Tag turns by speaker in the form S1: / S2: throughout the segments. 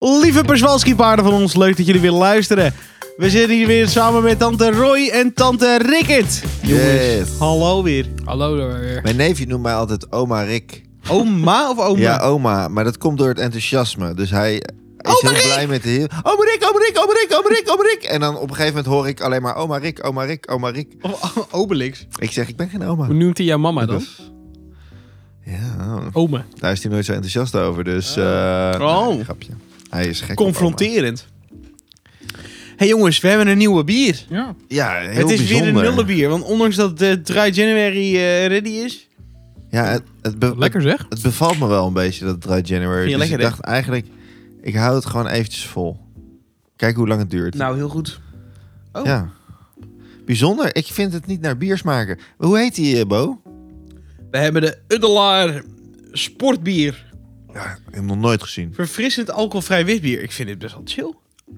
S1: Lieve Perswalski-paarden van ons, leuk dat jullie weer luisteren. We zitten hier weer samen met tante Roy en tante Rickert. Jongens,
S2: Yes.
S1: hallo weer.
S3: Hallo daar weer.
S2: Mijn neefje noemt mij altijd oma Rick.
S1: Oma of oma?
S2: Ja, oma. Maar dat komt door het enthousiasme. Dus hij is heel blij met de heel... Oma Rick, oma Rick, oma Rick, oma Rick, oma Rick. En dan op een gegeven moment hoor ik alleen maar oma Rick, oma Rick, oma Rick.
S1: Of o- Obelix.
S2: Ik zeg, ik ben geen oma.
S3: Hoe noemt hij jouw mama dan?
S2: Ja,
S3: Ome.
S2: daar is hij nooit zo enthousiast over. Dus, eh
S1: Oh.
S2: nee, grapje. Hij is gek op
S1: Confronterend. hey jongens, we hebben een nieuwe bier.
S3: Ja.
S2: oma. Ja, heel
S1: het is weer
S2: bijzonder.
S1: een nulle bier, want ondanks dat de Dry January eh, ready is...
S2: Ja, het, het, be-
S3: Lekker zeg.
S2: het bevalt me wel een beetje, dat Dry January.
S1: Vind je
S2: dus
S1: lekker,
S2: ik
S1: hè?
S2: dacht eigenlijk, ik hou het gewoon eventjes vol. Kijk hoe lang het duurt.
S1: Nou, heel goed. Oh.
S2: Ja. Bijzonder. Ik vind het niet naar bier smaken. Hoe heet die, eh, Bo?
S1: We hebben de Uddelaar Sportbier.
S2: Ja, ik heb nog nooit gezien.
S1: Verfrissend alcoholvrij witbier. Ik vind dit best wel chill.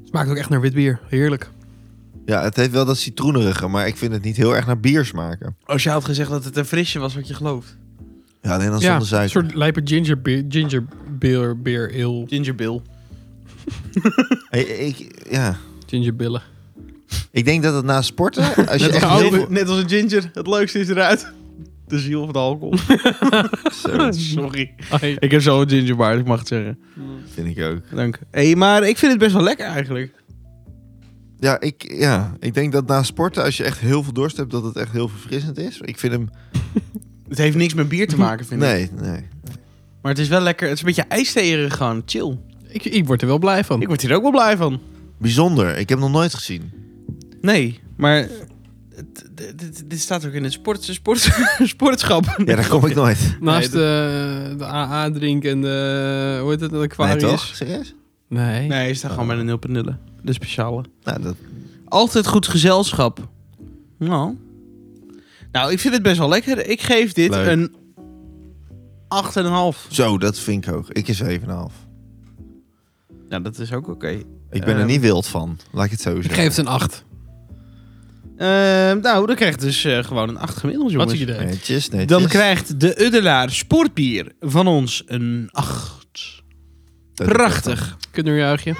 S3: Smaakt ook echt naar wit bier. Heerlijk.
S2: Ja, het heeft wel dat citroenerige, maar ik vind het niet heel erg naar bier smaken.
S1: Als je had gezegd dat het een frisje was wat je gelooft.
S2: Ja, alleen dan
S3: ja,
S2: zonder
S3: een
S2: suiker.
S3: soort lijpe ginger beer, ginger beer, beer ale.
S1: Ginger Bill.
S2: Hey, ik, ja.
S3: Gingerbillen.
S2: ik denk dat het na sporten, als je
S3: Net als
S2: echt heel
S3: een oude-
S2: veel-
S1: Net, net als een ginger. Het leukste is eruit. De ziel van de alcohol.
S2: Zo,
S1: Sorry.
S3: Ai.
S1: Ik heb zo'n gingerbaard, ik mag het zeggen.
S2: vind ik ook.
S1: Dank. hey, maar ik vind het best wel lekker eigenlijk.
S2: Ja ik, ja, ik denk dat na sporten, als je echt heel veel dorst hebt, dat het echt heel verfrissend is. Ik vind hem...
S1: Het heeft niks met bier te maken, vind ik.
S2: Nee, nee.
S1: Maar het is wel lekker. Het is een beetje ijsterig gewoon. Chill.
S3: Ik, ik word er wel blij van.
S1: Ik word hier ook wel blij van.
S2: Bijzonder. Ik heb hem nog nooit gezien.
S1: Nee, maar... het- dit- dit- Dit staat ook in het sport, sport, sportschap.
S2: Ja, daar kom ik nooit.
S3: Naast
S1: Nee,
S3: eh, de AA drink en de, hoe heet het, de
S2: Nee,
S3: Aquarius.
S2: toch? Serieus?
S3: Nee.
S1: Nee, het staat gewoon bij de 0.0. De speciale.
S2: Nou, dat...
S1: Altijd goed gezelschap. Nou. Nou, ik vind het best wel lekker. Ik geef dit
S2: Leuk.
S1: een 8,5.
S2: Zo, dat vind ik hoog. Ik is 7,5.
S1: Ja, dat is ook oké.
S2: Ik ben er
S1: Ehm.
S2: niet wild van, laat ik het zo
S3: Ik
S2: zeggen.
S3: geef het een 8.
S1: Ehm, nou, dan krijgt dus eh, gewoon een 8 gemiddeld,
S3: Wat
S1: jongens.
S3: een idee.
S2: Netjes, netjes.
S1: Dan krijgt de Uddelaar Sportbier van ons een 8.
S2: Dat is
S1: Prachtig.
S3: Kinderjuichje.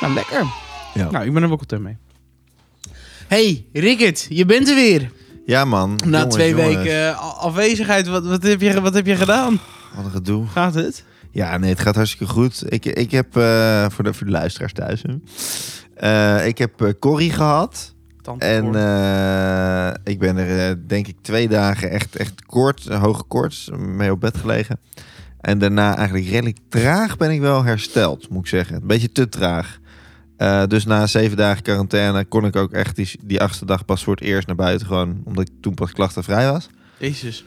S1: Nou, lekker.
S2: Ja.
S1: Nou, ik ben er wel content mee. Hey, Rickert, je bent er weer.
S2: wel. Ja man.
S1: Na
S2: Jongens,
S1: twee
S2: jongens.
S1: weken eh, a- afwezigheid, wat, wat, heb je, wat heb je gedaan?
S2: Wat een gedoe.
S1: Gaat het?
S2: Ja, nee, het gaat hartstikke goed. Ik, ik heb, eh, voor, de, voor de luisteraars thuis, hè. Eh, ik heb eh, Corrie gehad.
S1: Tante
S2: En
S1: Cor.
S2: eh, ik ben er eh, denk ik twee dagen echt, echt kort, een hoge koorts, mee op bed gelegen. En daarna eigenlijk redelijk traag ben ik wel hersteld, moet ik zeggen. Een beetje te traag. Eh, dus na zeven dagen quarantaine kon ik ook echt die, die achtste dag pas voor het eerst naar buiten. Gewoon omdat ik toen pas klachtenvrij was.
S1: Jezus.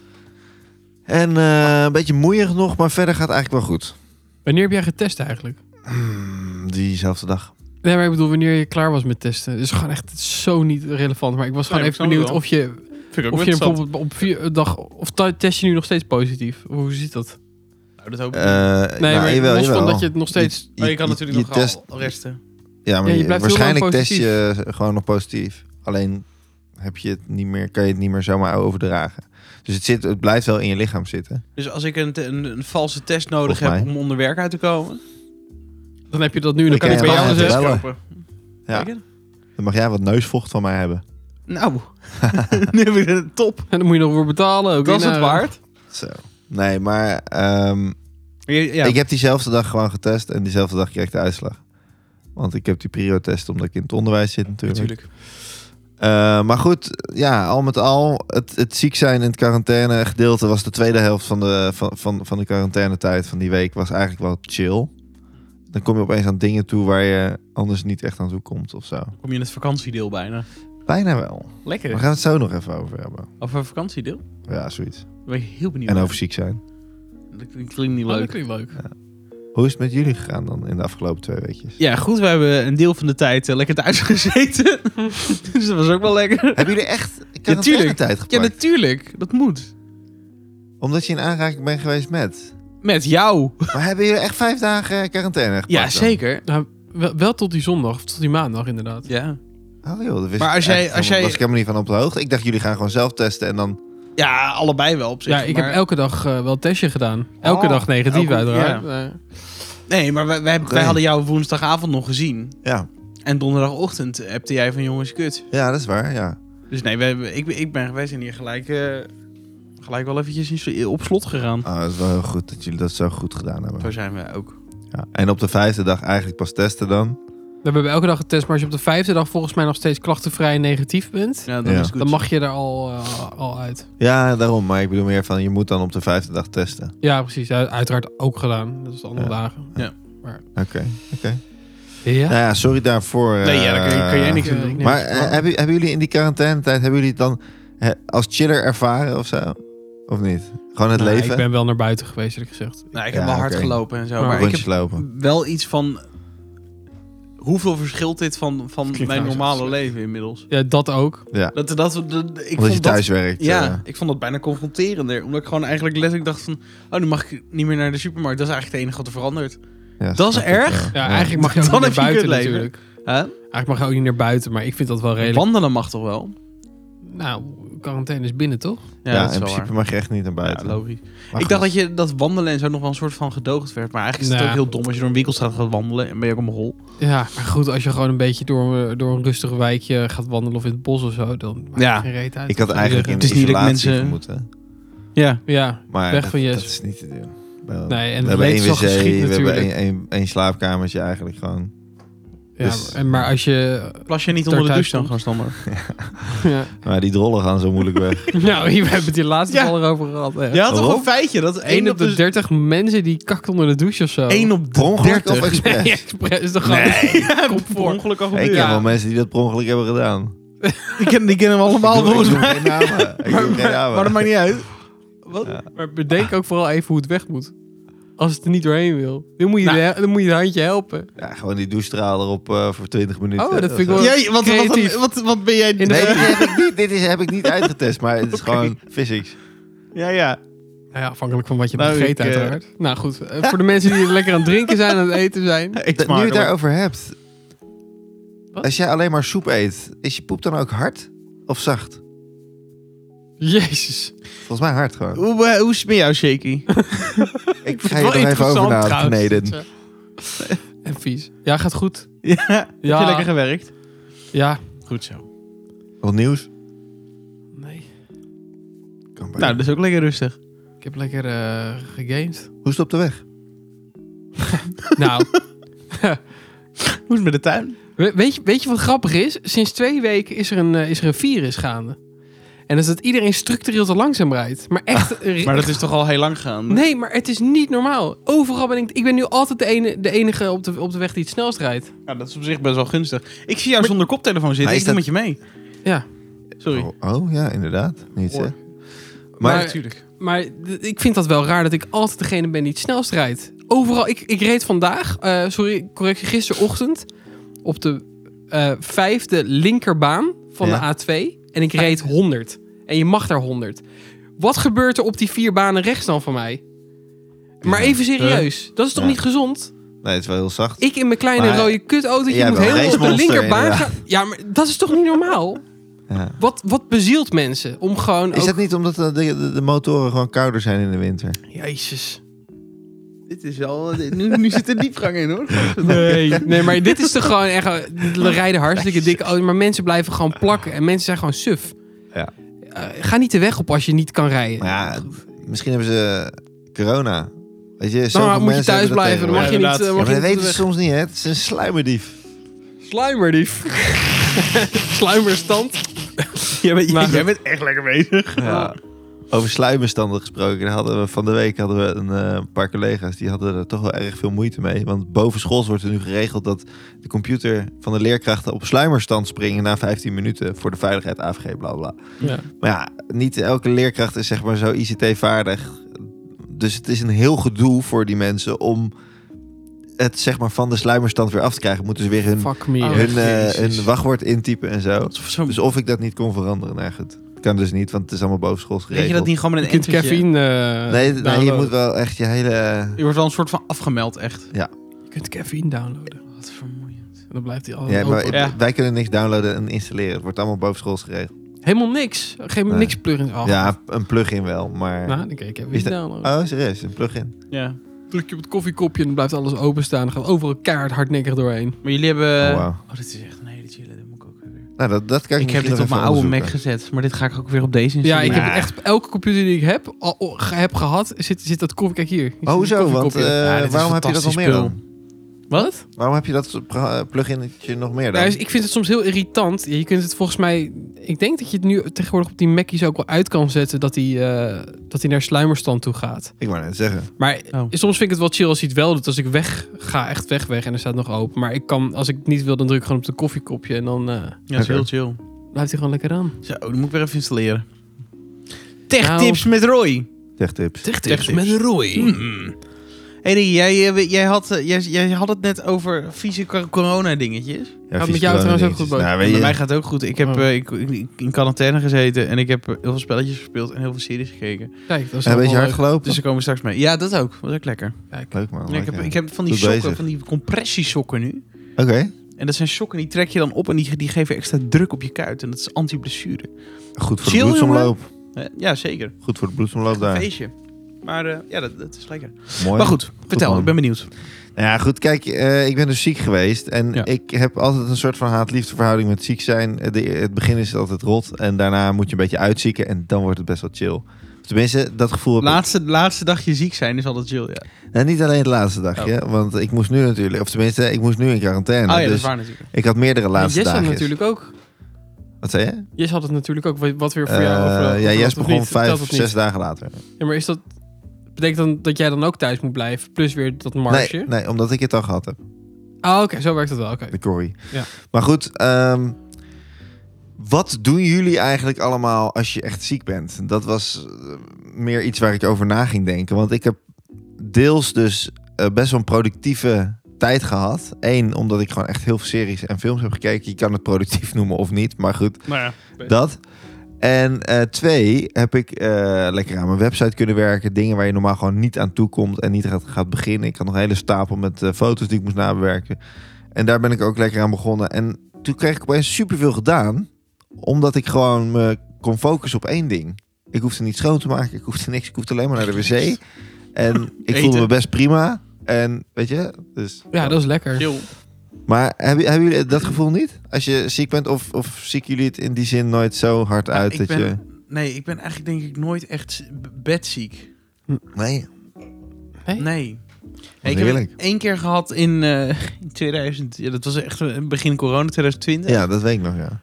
S2: En eh, een beetje moeierig nog, maar verder gaat het eigenlijk wel goed.
S3: Wanneer heb jij getest eigenlijk?
S2: Hmm, diezelfde dag.
S3: Nee, maar ik bedoel wanneer je klaar was met testen. Het is gewoon echt zo niet relevant. Maar ik was gewoon
S1: Nee,
S3: even
S1: ik snap het
S3: benieuwd
S1: wel.
S3: of je,
S1: Vind ik
S3: of je bijvoorbeeld op vier eh, dag... Of t- test je nu nog steeds positief? Of Hoe zit dat?
S1: Nou, dat hoop ik
S2: Eh,
S1: niet.
S3: Nee,
S2: nou,
S3: maar
S2: jawel,
S3: los van
S2: jawel.
S3: dat je het nog steeds...
S1: Maar je kan
S2: je-
S1: natuurlijk
S2: je
S1: nog
S2: test-
S1: al resten.
S2: Ja, maar
S3: Ja, je
S2: je-
S3: blijft heel lang
S2: waarschijnlijk test je gewoon nog positief. Alleen heb je het niet meer, kan je het niet meer zomaar overdragen. Dus het, zit, het blijft wel in je lichaam zitten.
S1: Dus als ik een, te- een, een valse test nodig
S2: Volgens
S1: heb
S2: mij.
S1: om onder werk uit te komen,
S3: Dan heb je dat nu en dan
S2: Ik
S3: kan ik
S2: ken
S3: bij
S2: wel
S3: jou
S1: een
S3: dus
S2: even
S3: echt-
S1: test
S2: bellen.
S1: kopen.
S2: Ja.
S1: Zeker?
S2: Dan mag jij wat neusvocht van mij hebben.
S1: Nou, nu heb ik het top.
S3: En dan moet je nog voor betalen. Ook
S1: Dat is het waard.
S2: Zo. Nee, maar ehm,
S1: Je- Ja.
S2: ik heb diezelfde dag gewoon getest en diezelfde dag kreeg ik de uitslag. Want ik heb die periotest omdat ik in het onderwijs zit natuurlijk.
S1: natuurlijk.
S2: Eh, maar goed, ja, al met al, het, het ziek zijn in het quarantaine gedeelte was de tweede helft van de, van, van, van de quarantainetijd van die week was eigenlijk wel chill. Dan kom je opeens aan dingen toe waar je anders niet echt aan toe komt of zo.
S1: Kom je in het vakantiedeel bijna.
S2: Bijna wel. We
S1: Lekker.
S2: gaan het zo nog even over hebben.
S1: Of een vakantiedeel? Daar
S2: Ja, zoiets.
S1: ben ik heel benieuwd.
S2: En
S1: naar.
S2: over ziek zijn.
S1: Dat klinkt klinkt niet
S3: Oh, dat
S1: leuk.
S3: klinkt leuk.
S2: Hoe is het met jullie gegaan dan in de afgelopen twee weekjes?
S1: Ja, goed. We hebben een deel van de tijd eh, lekker thuis gezeten. dus dat was ook wel lekker.
S2: Hebben jullie echt
S1: Ja, tuurlijk.
S2: tijd
S1: Ja,
S2: gepakt?
S1: natuurlijk. Dat moet.
S2: Omdat je in aanraking bent geweest met.
S1: Met jou.
S2: Maar hebben jullie echt vijf dagen eh, quarantaine gepakt?
S1: Ja,
S2: dan?
S1: zeker.
S3: Nou, wel, wel tot die zondag, of tot die maandag inderdaad.
S1: Ja.
S2: Oh joh, dat wist
S1: Maar
S2: ik
S1: als jij- als
S2: echt helemaal-
S1: jij-
S2: was ik helemaal niet van op de hoogte. Ik dacht, jullie gaan gewoon zelf testen en dan...
S1: Ja, allebei wel op zich.
S3: Ja, ik
S1: maar-
S3: heb elke dag eh, wel een testje gedaan. Elke
S2: Oh,
S3: dag negatief
S1: elke-
S3: uiteraard. Eh,
S1: Nee, maar wij, wij, wij
S2: Oké.
S1: hadden jou woensdagavond nog gezien.
S2: Ja.
S1: En donderdagochtend appte jij van jongens, kut.
S2: ja, dat is waar. Ja.
S1: Dus nee, wij, ik, ik ben, wij zijn hier gelijk, eh, gelijk wel eventjes in- op slot gegaan.
S2: Ah, dat is wel heel goed dat jullie dat zo goed gedaan hebben.
S1: Zo zijn we ook.
S2: Ja. En op de vijfde dag eigenlijk pas testen dan.
S3: we hebben elke dag getest, maar als je op de vijfde dag volgens mij nog steeds klachtenvrij negatief bent,
S1: Ja, dan
S2: Ja.
S1: is het goed.
S3: dan mag je er al, eh, al uit.
S2: Ja, daarom. Maar ik bedoel meer van, je moet dan op de vijfde dag testen.
S3: Ja, precies. Ja, uiteraard ook gedaan. Dat is de andere
S2: Ja.
S3: dagen.
S2: Oké, oké.
S3: Ja.
S2: Nou ja, sorry daarvoor.
S1: Nee, ja, daar kun je- kun jij niks aan doen.
S3: Eh,
S1: Nee.
S2: Maar eh, hebben, hebben jullie in die quarantainetijd, hebben jullie het dan eh, als chiller ervaren of zo? Of niet? Gewoon het
S3: Nou,
S2: leven?
S3: Ik ben wel naar buiten geweest, eerlijk gezegd.
S1: Nou, ik heb
S2: Ja,
S1: wel hard
S2: oké.
S1: gelopen en zo.
S3: Maar
S1: Maar ik
S2: Rondjes
S1: heb
S2: lopen.
S1: wel iets van... Hoeveel verschilt dit van, van
S3: Klinkt
S1: mijn
S3: nou zo
S1: normale
S3: slecht.
S1: leven inmiddels?
S3: Ja, dat ook.
S2: Ja.
S1: Dat, dat, dat- ik
S2: Omdat je
S1: vond
S2: thuis
S1: dat,
S2: werkt.
S1: Ja,
S2: eh.
S1: ik vond dat bijna confronterender. Omdat ik gewoon eigenlijk letterlijk dacht van... Oh, nu mag ik niet meer naar de supermarkt. Dat is eigenlijk het enige wat er verandert.
S2: Ja,
S1: Dat is
S2: snap ik wel.
S1: erg.
S3: Ja, eigenlijk mag je ook
S1: Dan
S3: niet naar
S1: heb je
S3: buiten
S1: kutleven.
S3: natuurlijk.
S1: Huh?
S3: Eigenlijk mag je ook niet naar buiten, maar ik vind dat wel redelijk.
S1: Wandelen mag toch wel?
S3: Nou, quarantaine is binnen, toch?
S2: Ja,
S1: dat is wel
S2: in principe
S1: waar.
S2: mag je echt niet naar buiten.
S1: Ja, logisch.
S2: Maar
S1: ik dacht
S2: goed.
S1: dat, je, dat wandelen en zo nog wel een soort van gedoogd werd. Maar eigenlijk is het
S3: Nou.
S1: ook heel dom als je door een winkelstraat gaat wandelen. En ben je ook om een hol.
S3: Ja, maar goed, als je gewoon een beetje door, door een rustig wijkje gaat wandelen of in het bos of zo, dan maakt
S1: Ja.
S3: ja. geen reet uit.
S2: Ik had eigenlijk in
S1: Het is niet dat ik
S2: isolatie
S1: mensen-
S2: moeten.
S1: Ja.
S3: Ja,
S2: Maar
S3: Weg
S2: dat,
S3: van Jes.
S2: dat is niet te doen. We-
S3: nee, en
S2: we
S3: het
S2: hebben één
S3: leed
S2: wc,
S3: zal
S2: we
S3: geschieden
S2: hebben
S3: natuurlijk.
S2: één, één, één slaapkamertje eigenlijk gewoon.
S3: Ja,
S2: dus-
S3: en maar als je...
S1: Plas je niet
S3: Daar
S1: onder de
S3: thuis
S1: douche dan gewoon
S3: stond.
S1: standaard?
S3: Ja.
S2: Maar die drollen gaan zo moeilijk weg.
S3: nou, hier we hebben het hier laatst
S1: Ja.
S3: al over gehad. Hè.
S1: Je had toch
S2: Waarom?
S1: een feitje dat
S3: Eén op de 30 mensen die kakt onder de douche of zo.
S1: 1 op
S2: Per
S1: de
S2: ongeluk
S1: 30.
S2: of expres?
S3: Nee, expres is toch gewoon...
S1: Komt
S3: voor.
S1: ongeluk al
S2: ik ken
S1: gebeurd.
S2: wel mensen die dat per ongeluk hebben gedaan.
S1: Die kennen die kennen we allemaal
S2: ik doe,
S1: volgens
S2: ik doe
S1: mij.
S2: geen namen. Ik doe geen namen.
S1: Maar dat maakt niet uit. Wat?
S3: Maar bedenk ook vooral even hoe het weg moet. Als het er niet doorheen wil. Dan moet je,
S1: Nou.
S3: de, dan moet je het handje helpen.
S2: Ja, gewoon die douchestraal erop eh, voor 20 minuten.
S3: Oh, dat vind ik wel-
S1: Jij, wat, wat,
S3: Creatief.
S1: wat, wat ben jij?
S3: In de-
S2: Nee, dit heb ik niet, dit is, heb ik niet uitgetest, maar het is
S1: Oké.
S2: gewoon physics.
S1: Ja, ja.
S3: Nou ja, afhankelijk van wat je
S1: Nou,
S3: nou,
S1: ik,
S3: vergeet
S1: eh,
S3: uiteraard. Nou goed, eh, voor de mensen die er lekker aan het drinken zijn, aan het eten zijn.
S1: Ik
S2: Dat- nu je
S1: smakelijk.
S2: het daarover hebt.
S3: Wat?
S2: Als jij alleen maar soep eet, is je poep dan ook hard of zacht?
S3: Jezus.
S2: Volgens mij hard gewoon.
S1: Hoe, eh, hoe is het met jou, Shaky?
S2: Ik ga je er even over na kneden.
S3: En vies. Ja, gaat goed.
S1: ja. Heb je
S3: Ja.
S1: lekker gewerkt?
S3: Ja.
S1: Goed zo.
S2: Wat nieuws?
S3: Nee.
S2: Kan bij.
S1: Nou, dat is ook lekker rustig.
S3: Ik heb lekker eh, gegamed.
S2: Hoe is het op de weg?
S3: Nou,
S1: Hoe is het met de tuin?
S3: we- weet je, weet je wat grappig is? Sinds twee weken is er een, eh, is er een virus gaande. En dat is dat iedereen structureel te langzaam rijdt. Maar echt...
S1: Maar dat is toch al heel lang gaan.
S3: Nee, maar het is niet normaal. Overal ben ik... Ik ben nu altijd de, ene, de enige op de, op de weg die het snelst rijdt.
S1: Ja, Nou, dat is op zich best wel gunstig. Ik zie jou zonder koptelefoon zitten.
S2: Maar
S1: Ik
S2: is
S1: doe met je mee.
S3: Ja.
S1: Sorry.
S2: Oh, oh, ja, inderdaad. Niet, hè?
S3: Hoor.
S2: Maar,
S1: natuurlijk.
S3: Maar d- ik vind dat wel raar dat ik altijd degene ben die het snelst rijdt. Overal, ik, ik reed vandaag, eh, sorry, correctie, gisterochtend op de eh, vijfde linkerbaan van
S2: Ja.
S3: de A2. En ik reed 100. En je mag daar 100. Wat gebeurt er op die vier banen rechts dan van mij? Maar
S2: Ja.
S3: even serieus, dat is toch
S2: Ja.
S3: niet gezond?
S2: nee, het is wel heel zacht.
S3: Ik in mijn kleine
S2: Maar-
S3: rode kutautootje
S2: Jij
S3: moet
S2: bent een
S3: helemaal op de
S2: racemonster,
S3: linkerbaan
S2: inderdaad.
S3: gaan. Ja, maar dat is toch niet normaal?
S2: Ja.
S3: Wat, wat bezielt mensen om gewoon...
S2: Is
S3: ook-
S2: dat niet omdat de, de, de motoren gewoon kouder zijn in de winter?
S3: Jezus.
S1: Dit is al... Nu, nu zit er diepgang in, hoor.
S3: Nee. nee, maar dit is toch gewoon echt... We rijden hartstikke dikke auto's, maar mensen blijven gewoon plakken. En mensen zijn gewoon suf.
S2: Ja.
S3: Eh, ga niet de weg op als je niet kan rijden.
S2: Maar ja, misschien hebben ze corona. Weet je,
S3: dan
S2: zoveel
S3: maar moet je
S2: mensen
S3: thuis
S2: hebben dat
S3: blijven. Dan mag je
S1: Ja, inderdaad.
S2: tegenwoordig.
S3: niet... eh,
S2: Ja,
S3: mag
S2: maar dat
S3: je niet
S2: weten ze soms niet, hè? Het is een sluimerdief.
S3: Sluimerdief. Sluimerstand.
S1: jij, bent,
S3: Maar-
S1: jij bent echt lekker bezig.
S2: Ja. Over sluimerstanden gesproken, daar hadden we van de week hadden we een eh, paar collega's die hadden er toch wel erg veel moeite mee. Want bovenschools wordt er nu geregeld dat de computer van de leerkrachten op sluimerstand springen na 15 minuten voor de veiligheid AVG, bla bla.
S3: Ja.
S2: Maar ja, niet elke leerkracht is zeg maar zo ICT-vaardig. Dus het is een heel gedoe voor die mensen om het zeg maar van de sluimerstand weer af te krijgen. Moeten ze weer hun,
S3: Fuck me.
S1: Oh,
S3: hè.
S2: hun, eh,
S1: Jezus.
S2: hun wachtwoord intypen en zo.
S1: Zo,
S2: Dus of ik dat niet kon veranderen, nou goed. Kan dus niet, want het is allemaal bovenschools
S1: weet
S2: geregeld.
S1: je dat niet gewoon met
S3: Je
S1: een
S3: kunt
S1: entertje?
S3: cafeïne eh,
S2: Nee, nee, je
S3: downloaden.
S2: moet wel echt je hele...
S1: Je wordt wel een soort van afgemeld, echt.
S3: Je kunt cafeïne downloaden.
S1: Wat vermoeiend.
S3: En dan blijft hij altijd
S2: Ja, maar
S3: open.
S1: Ja.
S2: wij kunnen niks downloaden en installeren. Het wordt allemaal bovenschools geregeld.
S3: Helemaal niks. Geen,
S2: Nee.
S3: Niks plugins. Oh,
S2: Ja, een plug-in wel, maar...
S3: Nou, dan kijk ik
S2: Is
S3: even
S2: dat-
S3: downloaden.
S2: Oh, serieus, een plug-in.
S1: Ja.
S3: Druk je op het koffiekopje en dan blijft alles openstaan. Dan gaat overal kaart hardnekkig doorheen.
S1: Maar jullie hebben...
S2: Oh,
S1: Oh,
S2: wauw.
S1: dit is echt een hele chille. Dit moet ik ook weer.
S2: Nou, dat, dat kan ik
S1: Ik heb
S2: misschien
S1: dit
S2: nog
S1: op mijn
S2: even
S1: oude Mac
S2: onderzoeken.
S1: gezet, maar dit ga ik ook weer op deze
S3: Ja,
S1: installeren.
S3: ik heb
S2: Ja.
S3: echt op elke computer die ik heb, al, al- ge- heb gehad, zit, zit dat koffie. Kijk hier.
S2: Oh, hoezo? Want eh,
S3: Koffiekopje.
S1: dit is
S2: waarom heb je dat nog
S1: fantastisch
S2: meer
S1: spul.
S2: dan?
S1: Wat?
S2: Waarom heb je dat pro- eh, plug-innetje nog meer dan?
S3: Ja, dus ik vind het soms heel irritant. Je kunt het volgens mij. Ik denk dat je het nu tegenwoordig op die Mackies ook wel uit kan zetten dat hij eh, dat hij naar sluimerstand toe gaat.
S2: Ik wou net zeggen.
S3: Maar
S1: Oh.
S3: soms vind ik het wel chill als hij het wel doet. Als ik weg ga, echt weg, weg en er staat nog open. Maar ik kan, als ik het niet wil, dan druk ik gewoon op de koffiekopje en dan eh,
S1: Ja, dat is
S2: Oké.
S1: heel chill.
S3: blijft hij gewoon lekker aan.
S1: Zo, dan moet ik weer even installeren.
S3: Nou.
S1: Tech-tips met Roy.
S2: Tech tips.
S1: Tech tips.
S3: roei.
S1: Hm. Hey, Ricky, jij, eh, jij, had, eh, jij, jij had het net over vieze cor- corona-dingetjes.
S2: Ja,
S3: Gaat met
S2: vieze
S3: jou trouwens ook
S2: dingetjes.
S3: goed, Boot?
S2: Nou,
S1: Bij
S2: weet je,
S1: mij gaat het ook goed. Ik heb
S3: Oh.
S1: eh, ik, ik- ik- in quarantaine gezeten en ik heb eh, heel veel spelletjes gespeeld en heel veel series gekeken.
S3: Kijk, dat is
S2: een beetje
S3: wel
S2: nou, hard
S3: leuk.
S2: gelopen.
S1: Dus daar komen we straks mee. Ja, dat ook. Was ook lekker.
S2: Leuk man.
S1: Ja, ik, heb,
S2: Oh, lekker.
S1: ik heb van die
S2: Goed bezig.
S1: sokken, van die compressiesokken nu.
S2: Oké.
S1: En dat zijn sokken die trek je dan op en die, die geven extra druk op je kuit. En dat is anti-blessure.
S2: Goed voor
S1: Chill,
S2: de bloedsomloop.
S1: Eh, Ja, zeker.
S2: Goed voor de bloedsomloop daar.
S1: Feestje. Maar eh, ja, dat, dat is lekker.
S2: Mooi.
S1: Maar goed, vertel.
S2: man.
S1: ik ben benieuwd.
S2: Nou ja, goed. Kijk, eh, ik ben dus ziek geweest. En
S3: Ja.
S2: ik heb altijd een soort van haat-liefde verhouding met ziek zijn. Eh, de- het begin is altijd rot. En daarna moet je een beetje uitzieken. En dan wordt het best wel chill. Tenminste, dat gevoel heb ik.
S1: Laatste, laatste dagje ziek zijn is altijd chill, ja.
S2: Nou, niet alleen het laatste
S3: Oh.
S2: dagje. Want ik moest nu natuurlijk... Of tenminste, ik moest nu in quarantaine.
S1: oh ja, dat is
S2: dus
S1: waar natuurlijk.
S2: ik had meerdere laatste
S3: Jess had
S2: dagen.
S3: natuurlijk ook.
S2: Wat zei je?
S3: Jess had het natuurlijk ook. Wat- Wat weer voor
S2: Eh,
S3: jou? of, eh, of
S2: ja,
S3: dat
S2: Jess
S3: of
S2: begon
S3: niet? Telt
S2: vijf
S3: dat
S2: of
S3: niet?
S2: zes dagen later.
S3: Ja, maar is dat. Betekent dan dat jij dan ook thuis moet blijven? Plus weer dat marge?
S2: Nee, nee, omdat ik het al gehad heb.
S3: Ah, oké, zo werkt het wel. Oké.
S2: De Corrie.
S3: Ja.
S2: Maar goed, ehm, wat doen jullie eigenlijk allemaal als je echt ziek bent? Dat was eh, meer iets waar ik over na ging denken. Want ik heb deels dus eh, best wel een productieve tijd gehad. Eén, omdat ik gewoon echt heel veel series en films heb gekeken. Je kan het productief noemen of niet, maar goed.
S1: Maar ja.
S2: Dat. En eh, twee, heb ik eh, lekker aan mijn website kunnen werken. Dingen waar je normaal gewoon niet aan toe komt en niet gaat, gaat beginnen. Ik had nog een hele stapel met eh, foto's die ik moest nabewerken. En daar ben ik ook lekker aan begonnen. En toen kreeg ik opeens superveel gedaan. Omdat ik gewoon me kon focussen op één ding. Ik hoefde niet schoon te maken. Ik hoefde niks. Ik hoefde alleen maar naar de wc. En ik voelde
S1: Eten.
S2: me best prima. En weet je, dus...
S3: Ja, dat is lekker.
S1: Chill.
S2: Maar hebben, hebben jullie dat gevoel niet? Als je ziek bent? Of, of ziek jullie het in die zin nooit zo hard
S1: Nou,
S2: uit
S1: ik
S2: dat
S1: ben-
S2: je...
S1: Nee, ik ben eigenlijk denk ik nooit echt z- b- bedziek.
S2: Nee.
S3: Hey.
S1: Nee.
S2: Wat
S1: ik heb
S2: heerlijk.
S1: het één keer gehad in eh, in 2000. Ja, dat was echt een- begin corona 2020.
S2: Ja, dat weet ik nog, ja.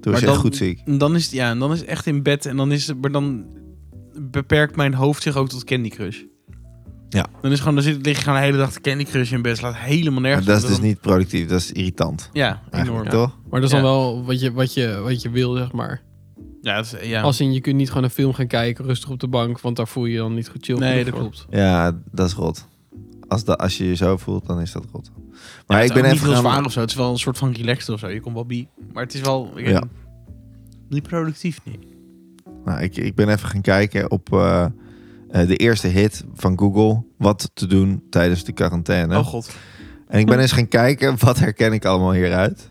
S2: Toen was je echt
S1: dan,
S2: goed ziek.
S1: En Dan is het, ja, en dan is het echt in bed en dan is het, maar dan beperkt mijn hoofd zich ook tot Candy Crush.
S2: Ja.
S1: Dan is gewoon, dan zit, lig je gewoon de hele dag te Candy Crush in bed, slaat helemaal nergens.
S2: Maar dat is
S1: op.
S2: dus
S1: Dan-
S2: niet productief, dat is irritant.
S1: Ja, enorm.
S2: Eigenlijk, toch?
S3: Maar dat is dan
S1: Ja.
S3: wel wat je, wat, je, wat je wil, zeg maar.
S1: Ja, dat is, eh, ja.
S3: Als in, je kunt niet gewoon een film gaan kijken, rustig op de bank, want daar voel je je dan niet goed chill.
S1: Nee,
S3: genoeg
S1: dat
S3: voor.
S1: klopt.
S2: Ja, dat is rot. Als, dat, als je je zo voelt, dan is dat rot. Maar
S1: Ja, het
S2: ik
S1: is
S2: ben
S1: ook
S2: even
S1: niet heel
S2: gaan-
S1: zwaar of zo. Het is wel een soort van relaxed of zo. Je komt wel bij, maar het is wel ik weet
S2: Ja.
S1: niet, niet productief niet.
S2: Nou, ik, ik ben even gaan kijken op eh, eh, de eerste hit van Google. Wat te doen tijdens de quarantaine.
S1: Oh god.
S2: En ik ben eens gaan kijken, wat herken ik allemaal hieruit?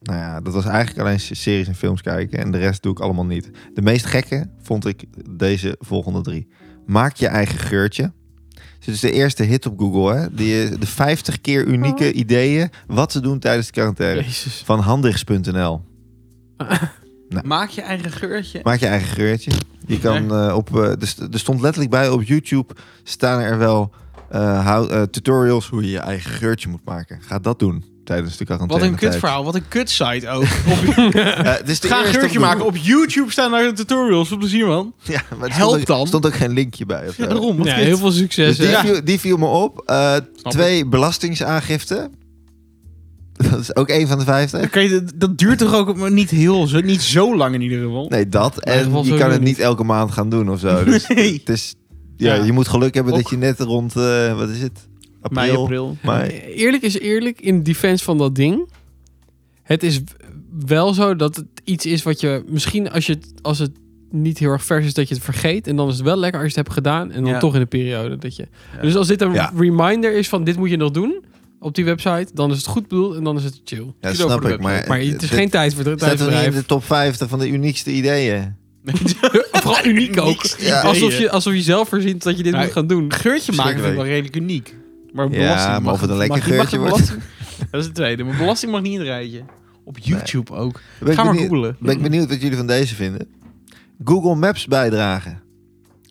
S2: Nou ja, dat was eigenlijk alleen s- series en films kijken. En de rest doe ik allemaal niet. De meest gekke vond ik deze volgende drie. Maak je eigen geurtje. Dit is de eerste hit op Google, hè? Die, eh, de 50 keer unieke ideeën wat te doen tijdens de quarantaine.
S3: Jezus.
S2: Van handigs.nl.
S1: Maak je eigen geurtje.
S2: Maak je eigen geurtje. Je kan eh, op. eh, er, st- er stond letterlijk bij op YouTube. Staan er wel eh, hou- eh, tutorials hoe je je eigen geurtje moet maken. Ga dat doen tijdens de quarantaine.
S1: Wat een kut verhaal, wat een kut site ook. Op,
S2: dus de
S1: ga een
S2: eerste
S1: geurtje
S2: op
S1: maken. Op YouTube staan daar tutorials. Veel plezier man.
S2: Ja, maar er
S1: Help
S2: stond ook,
S1: dan.
S2: stond ook geen linkje bij. Of zo.
S1: Ja, daarom. Wat
S3: Ja,
S1: kut.
S3: heel veel
S2: Dus
S3: succes.
S2: die,
S3: hè.
S2: viel, die viel me op. Eh,
S1: Snap
S2: twee belastingsaangifte. Dat is ook één van de vijftig.
S1: Dan kan je- dat duurt toch ook maar niet heel zo, niet zo lang in ieder geval.
S2: Nee, dat.
S3: in ieder
S2: En
S3: geval
S2: je kan
S3: sowieso
S2: het niet
S3: niet.
S2: elke maand gaan doen of zo. Dus
S1: Nee.
S2: het is, ja,
S1: Ja.
S2: Je moet geluk hebben dat
S1: Ook.
S2: je net rond, eh, wat is het?
S1: Mei,
S2: April.
S1: april.
S2: mei.
S3: Eh, Eerlijk is eerlijk, in defense van dat ding. Het is w- wel zo dat het iets is wat je misschien als, je het, als het niet heel erg vers is, dat je het vergeet. En dan is het wel lekker als je het hebt gedaan. En dan
S1: Ja.
S3: toch in de periode dat je.
S1: Ja.
S3: Dus als dit een
S2: Ja.
S3: reminder is van dit moet je nog doen. op die website, dan is het goed bedoeld en dan is het chill.
S2: Ja,
S3: Kies
S2: snap
S3: over
S2: ik,
S3: de website.
S2: maar-
S3: maar het is
S2: dit-
S3: geen tijd voor
S2: Staat er niet in
S3: tijdsbedrijf.
S2: de top 50 van de uniekste ideeën?
S3: Vooral uniek ook.
S2: Ja.
S3: Alsof je, alsof je zelf voorziet dat je dit
S1: Nou,
S3: moet gaan doen.
S1: Een geurtje maken vind ik
S2: Schrikwijk.
S1: wel redelijk uniek. Maar
S2: Ja,
S1: belasting
S2: maar
S1: mag-
S2: of het een lekker
S1: mag- mag
S2: geurtje
S1: het
S2: wordt.
S1: belasting- Dat is het tweede. Maar belasting mag niet in het rijtje. Op YouTube ook.
S2: Ben ik
S1: Ga maar
S2: benieu-
S1: googlen.
S2: Ben ik benieuwd wat jullie van deze vinden. Google Maps bijdragen.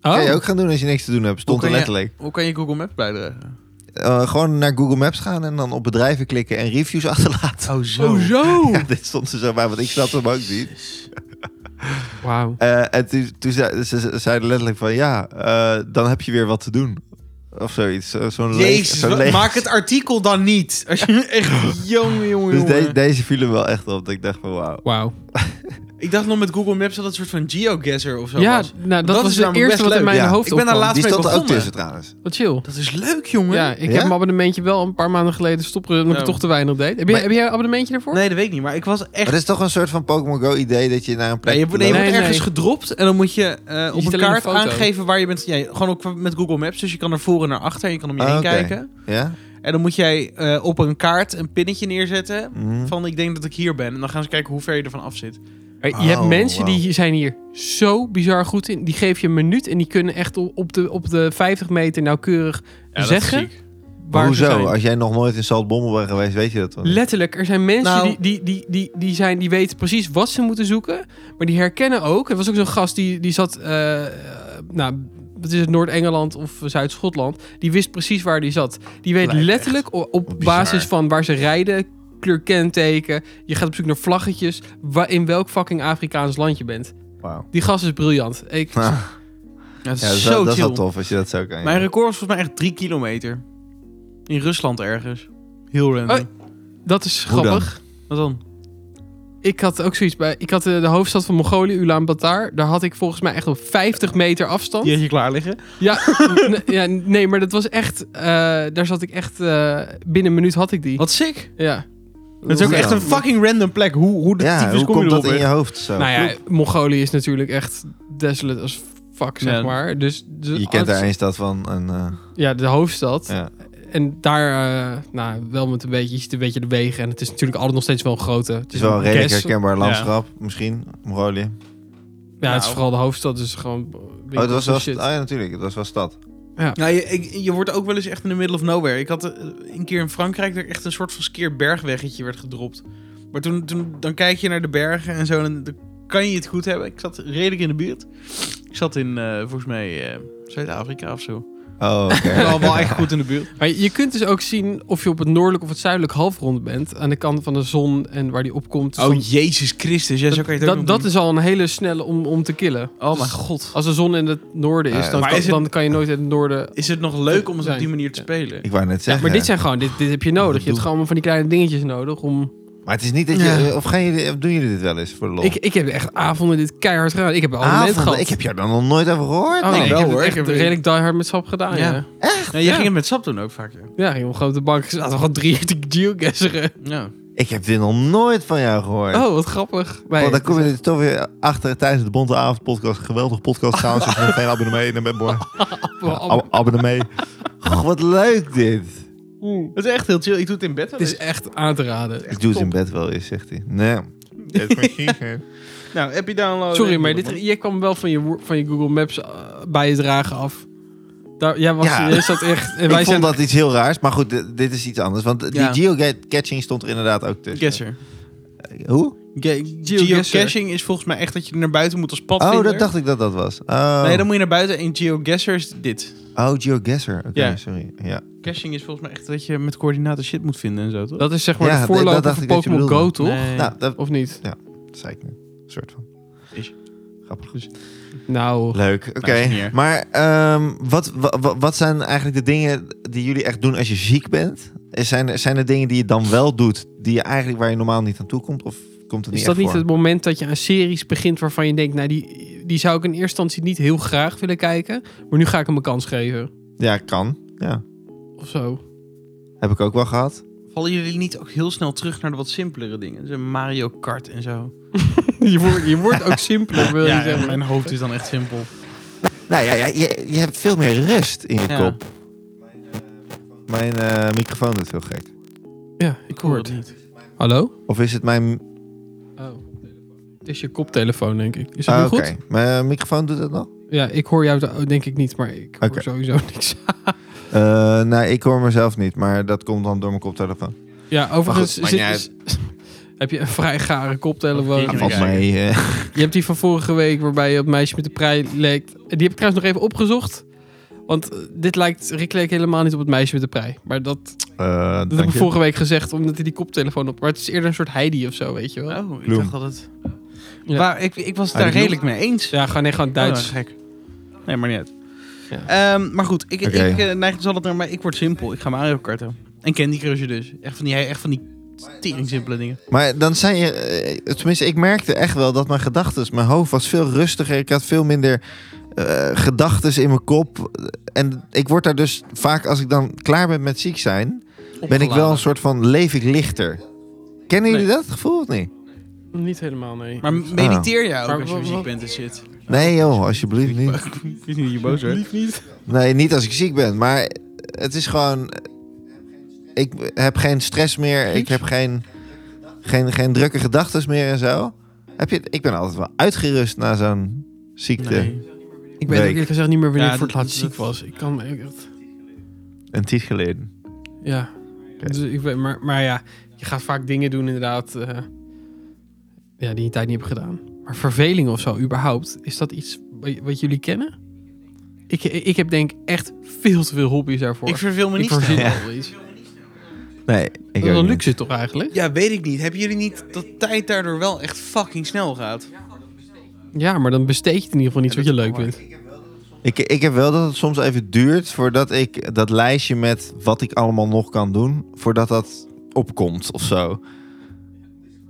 S2: Kan
S3: Oh?
S2: je ook gaan doen als je niks te doen hebt. Stond
S1: Oh. Hoe
S2: er
S1: kan je-
S2: letterlijk.
S1: Hoe kan je Google Maps bijdragen?
S2: Eh, gewoon naar Google Maps gaan en dan op bedrijven klikken en reviews achterlaten.
S1: Oh
S3: Oh, zo.
S2: Ja, dit stond er zo bij, want ik snap hem ook niet.
S3: Wauw.
S2: Eh, en toen, toen zei, ze ze- zeiden letterlijk van ja, eh, dan heb je weer wat te doen. Of zoiets. Zo- Zo'n leeg-
S1: Jezus,
S2: zo'n
S1: wa-
S2: leeg-
S1: maak het artikel dan niet. Als je echt jongen, jongen,
S2: Dus
S1: jongen.
S2: de- deze vielen wel echt op. Dat ik dacht van wauw.
S3: Wauw.
S1: Ik dacht nog met Google Maps dat het een soort van geoguesser of zo
S3: Ja,
S1: was.
S3: nou, dat,
S1: Dat is
S3: was het
S1: namelijk
S3: eerste
S1: best
S3: wat in
S1: leuk.
S3: mijn
S2: Ja.
S3: hoofd
S1: Ik ben daar
S3: opkwam.
S1: laatst
S2: Die
S1: mee
S2: stond er ook
S1: begonnen.
S2: tussen trouwens.
S3: Wat chill.
S1: Dat is leuk, jongen.
S3: Ja, ik
S2: Ja?
S3: heb mijn abonnementje wel een paar maanden geleden stoppen omdat
S1: Ja.
S3: ik toch te weinig deed. Heb jij,
S2: Maar-
S3: heb jij een abonnementje daarvoor?
S1: Nee, dat weet ik niet. Maar ik was echt...
S2: Maar het is toch een soort van Pokémon Go idee Oh, dat je naar een plek...
S1: Nee, je, nee, je
S2: loopt?
S1: wordt
S3: Nee,
S1: ergens
S3: nee.
S1: gedropt en dan moet je eh, op
S3: ziet
S1: een
S3: alleen
S1: kaart
S3: een foto.
S1: aangeven waar je bent. Ja, gewoon ook met Google Maps, dus je kan naar voren en naar achter en je kan om je
S2: Ah,
S1: heen
S2: oké.
S1: kijken.
S2: Ja?
S1: En dan moet jij eh, op een kaart een pinnetje neerzetten
S2: Mhm.
S1: van ik denk dat ik hier ben. En dan gaan ze kijken hoe ver je ervan af zit.
S3: Maar Je hebt
S2: Oh,
S3: mensen
S2: wauw.
S3: die zijn hier zo bizar goed in. Die geef je een minuut en die kunnen echt op op de, op de 50 meter nauwkeurig zeggen waar ze
S2: Hoezo?
S3: zijn.
S2: Als jij nog nooit in Saltbommel bent geweest, weet je dat wel.
S3: Letterlijk, er zijn mensen
S1: Nou.
S3: die, die, die, die, die, zijn, die weten precies wat ze moeten zoeken. Maar die herkennen ook. Er was ook zo'n gast die, die zat. eh, eh, nou, wat is het Noord-Engeland of Zuid-Schotland? Die wist precies waar die zat. Die weet
S1: Lijkt
S3: letterlijk o- op
S2: Wat bizar.
S3: basis van waar ze rijden, kleur kenteken. Je gaat op zoek naar vlaggetjes. Waar, in welk fucking Afrikaans land je bent.
S2: Wauw.
S3: Die gast is briljant. Ik,
S2: Ja,
S1: Ja, dat is
S2: dat is,
S1: zo
S2: wel, dat is
S1: chill.
S2: wel tof als je dat zo kan. ja.
S1: Mijn record was volgens mij echt drie kilometer. In Rusland ergens. Heel random.
S3: Oh. Dat is
S2: Hoe dan?
S3: grappig.
S1: Wat dan?
S3: Ik had ook zoiets bij. Ik had eh, de hoofdstad van Mongolië, Ulaanbaatar. Daar had ik volgens mij echt op 50 meter afstand.
S1: Die had je klaar liggen.
S3: Ja, n- ja, nee, maar dat was echt. eh, daar zat ik echt. eh, binnen een minuut had ik die.
S1: Wat sick.
S3: Ja.
S1: Het is ook
S2: Hoe
S1: echt
S2: dan?
S1: een fucking random plek. Hoe, hoe de
S2: ja,
S1: tyfus
S2: hoe
S1: kom je
S2: komt dat
S1: erop?
S2: in je
S1: hè?
S2: hoofd zo?
S3: nou ja, Mongolië is natuurlijk echt desolate als fuck, zeg
S1: Ja.
S3: maar. Dus, dus
S2: Je kent
S3: als-
S2: daar één stad van. En, eh,
S3: Ja, de hoofdstad.
S2: ja.
S3: En daar, eh, nou, wel met een beetje, je ziet een beetje de wegen. En het is natuurlijk altijd nog steeds wel een grote.
S2: Het is wel een redelijk
S3: guess.
S2: herkenbaar landschap, misschien. Mongolië.
S3: Ja, het is
S1: Nou.
S3: vooral de hoofdstad, dus gewoon.
S2: Oh, het was wel st-
S3: shit.
S2: oh ja, natuurlijk. Het was wel stad.
S1: Nou, je, ik- je wordt ook wel eens echt in de middle of nowhere. Ik had eh, een keer in Frankrijk dat ik echt een soort van skeer bergweggetje werd gedropt. Maar toen, toen dan kijk je naar de bergen en zo en dan kan je het goed hebben. Ik zat redelijk in de buurt. Ik zat in, eh, volgens mij, eh, Zuid-Afrika of zo.
S2: Oh, oké.
S1: Wel, wel echt goed in de buurt.
S3: Maar je kunt dus ook zien of je op het noordelijk of het zuidelijk halfrond bent. Aan de kant van de zon en waar die opkomt.
S1: Oh,
S3: Soms-
S1: Jezus Christus. Ja, zo kan je het ook
S3: dat,
S1: nog
S3: dat is al een hele snelle om, om te killen.
S1: doen. Oh
S3: Dus
S1: mijn god.
S3: Als de zon in het noorden is,
S2: Ja,
S3: dan,
S1: maar
S3: kan,
S1: is het-
S3: dan kan je nooit in het noorden...
S1: Is het nog leuk om het op
S3: Zijn.
S1: die manier te spelen?
S2: Ik wou net
S3: Ja,
S2: zeggen.
S3: maar dit zijn gewoon, dit, dit heb je nodig. Je hebt
S2: eh, Doe.
S3: gewoon van die kleine dingetjes nodig om...
S2: Maar het is niet dat je...
S1: Ja.
S2: Of, gaan jullie, of doen jullie dit wel eens voor de lol?
S3: Ik, ik heb echt avonden dit keihard gedaan. Ik heb een abonnement
S2: Avonden,
S3: gehad.
S2: ik heb jou daar nog nooit over gehoord.
S3: Oh,
S1: nee,
S3: ik
S1: wel,
S3: heb het
S1: hoor.
S3: echt
S1: Ik heb-
S3: redelijk diehard met sap gedaan,
S1: Ja.
S3: ja. Ja,
S1: Nee, jij
S3: Ja.
S1: ging het met sap doen ook vaak, ja.
S3: ik ging gewoon op de bank zaten we gewoon drie uur te geoguesseren.
S1: ja.
S2: Ik heb dit nog nooit van jou gehoord.
S3: Oh, wat grappig. Nee,
S2: Want dan kom je er toch weer achter tijdens de Bonte Avond podcast. Een geweldige podcast trouwens. Als je nog geen abonnement hebt, boy.
S3: wel
S2: Ab- abonnement. Goh, wat leuk dit.
S3: Oeh.
S1: Het is echt heel chill. Ik doe het in bed wel
S3: Het is
S1: eens.
S3: echt aan te raden.
S2: Ik doe het in bed wel eens, zegt hij. Nee.
S1: Nou, heb je download.
S3: Sorry, maar dit, jij kwam wel van je, wo- van je Google Maps eh, bijdrage af. Daar, jij was,
S2: Ja.
S3: jij zat echt... En
S2: Ik
S3: wij
S2: vond
S3: zijn
S2: dat iets heel raars. Maar goed, dit, dit is iets anders. Want die
S1: Ja.
S2: geocaching stond er inderdaad ook tussen.
S1: Guesser.
S2: Hoe?
S1: Geocaching is volgens mij echt dat je naar buiten moet als padvinder.
S2: Oh, dat dacht ik dat dat was. Oh,
S1: Nee, dan moet je naar buiten en geoguesser is dit.
S2: oh geoguesser. Oké,
S1: Ja.
S2: sorry. Ja.
S1: Caching is volgens mij echt dat je met coördinaten shit moet vinden en zo, toch?
S3: Dat is zeg maar
S2: Ja,
S3: de
S2: nee, dat
S3: voorloper
S2: dacht
S3: van
S2: ik dat je
S3: Pokémon
S2: bedoelde.
S3: Go, toch?
S1: Nee.
S2: Nou, dat
S3: Of niet?
S2: zei ik nu. Een soort van.
S1: Is. Dus-
S2: Grappig.
S3: Nou,
S2: Leuk, oké.
S1: is niet erg.
S2: maar ehm, wat, wa- wa- wat zijn eigenlijk de dingen die jullie echt doen als je ziek bent? Eh, Zijn er, zijn er dingen die je dan wel doet, die je eigenlijk waar je normaal niet aan toe komt? Of komt het niet
S3: is dat
S2: echt
S3: niet
S2: voor?
S3: het moment dat je aan series begint waarvan je denkt, nou, die, die zou ik in eerste instantie niet heel graag willen kijken, maar nu ga ik hem een kans geven?
S2: Ja, kan. Ja.
S3: Of zo.
S2: Heb ik ook wel gehad.
S1: Vallen jullie niet ook heel snel terug naar de wat simpelere dingen? Zo Mario Kart en zo.
S3: Je wordt, je wordt ook simpeler, wil je zeggen.
S1: hoofd is dan echt simpel.
S2: Nou ja, ja, je, je hebt veel meer rust in je
S1: Ja.
S2: kop. Mijn eh, microfoon doet heel gek.
S3: Ja, ik hoor het.
S1: niet.
S3: Hallo?
S2: Of is het mijn...
S3: Oh. Het is je koptelefoon, denk ik. Is het
S2: Ah,
S3: nu
S2: Oké,
S3: goed?
S2: mijn microfoon doet het nog?
S3: Ja, ik hoor jou da- denk ik niet, maar ik hoor
S2: Oké.
S3: sowieso niks.
S2: Eh, nee, ik hoor mezelf niet, maar dat komt dan door mijn koptelefoon.
S3: Ja, overigens
S2: maakt
S3: zit-
S2: niet
S3: is- heb je een vrij gare koptelefoon.
S1: Ja,
S2: Valt
S1: kijk.
S2: mee. eh.
S3: Je hebt die van vorige week waarbij je op meisje met de prei leek. Die heb ik trouwens nog even opgezocht. Want eh, dit lijkt, Rick leek helemaal niet op het meisje met de prei. Maar dat, dat
S2: Eh, dank
S3: heb ik
S2: je.
S3: vorige week gezegd omdat hij die koptelefoon op. Maar het is eerder een soort Heidi of zo, weet je wel.
S1: Oh, ik
S2: Bloem.
S1: dacht dat het...
S3: Ja.
S1: Waar, ik, ik was het
S2: Ah,
S1: daar
S2: die
S1: redelijk mee eens.
S3: Ja, gewoon, nee, gewoon Duits.
S1: Oh, gek. Nee, maar niet uit.
S3: Ja.
S1: Ehm, maar goed, ik,
S2: Oké.
S1: ik eh, neig dus altijd naar... Maar ik word simpel. Ik ga Mario karten. En Candy Crush dus. Echt van die, echt van die tering simpele dingen.
S2: Maar dan zijn je... eh, tenminste, ik merkte echt wel dat mijn gedachten... Mijn hoofd was veel rustiger. Ik had veel minder eh gedachten in mijn kop. En ik word daar dus vaak, als ik dan klaar ben met ziek zijn... Ben ik wel een soort van... Leef ik lichter. Kennen jullie dat gevoel of niet?
S3: Niet helemaal, nee.
S1: Maar mediteer jij ook
S3: Maar
S1: als je
S3: wa- wa-
S1: ziek bent en shit?
S2: Nee joh, alsjeblieft niet.
S1: Ik weet niet hoe je boos wordt.
S3: niet.
S2: Nee, niet als ik ziek ben, maar het is gewoon. Ik heb geen stress meer, ik heb geen, geen, geen drukke gedachten meer en zo. Heb je, ik ben altijd wel uitgerust na zo'n ziekte.
S3: Ik weet ook eerlijk gezegd niet meer wanneer
S1: Ja,
S3: ik voor het
S1: dat-
S3: laatst ziek
S1: dat-
S3: was. Ik kan me echt...
S2: Een tijd geleden.
S3: Ja. Dus ik weet, maar, maar ja, je gaat vaak dingen doen inderdaad eh, ja, die je een tijd niet hebt gedaan. Maar verveling of zo, überhaupt, is dat iets wat- wat jullie kennen? Ik, ik heb denk ik echt veel te veel hobby's daarvoor.
S1: Ik verveel me
S3: Ik
S1: niet
S3: verzin
S1: snel.
S3: al iets.
S2: Nee, ik
S3: Dat is
S2: ook
S3: een
S2: niet.
S3: luxe toch eigenlijk?
S1: Ja, weet ik niet. Hebben jullie niet dat tijd daardoor wel echt fucking snel gaat?
S3: Ja, maar dan besteed je het in ieder geval niet wat je leuk vindt.
S2: Ik, ik heb wel dat het soms even duurt voordat ik dat lijstje met wat ik allemaal nog kan doen, voordat dat opkomt of zo.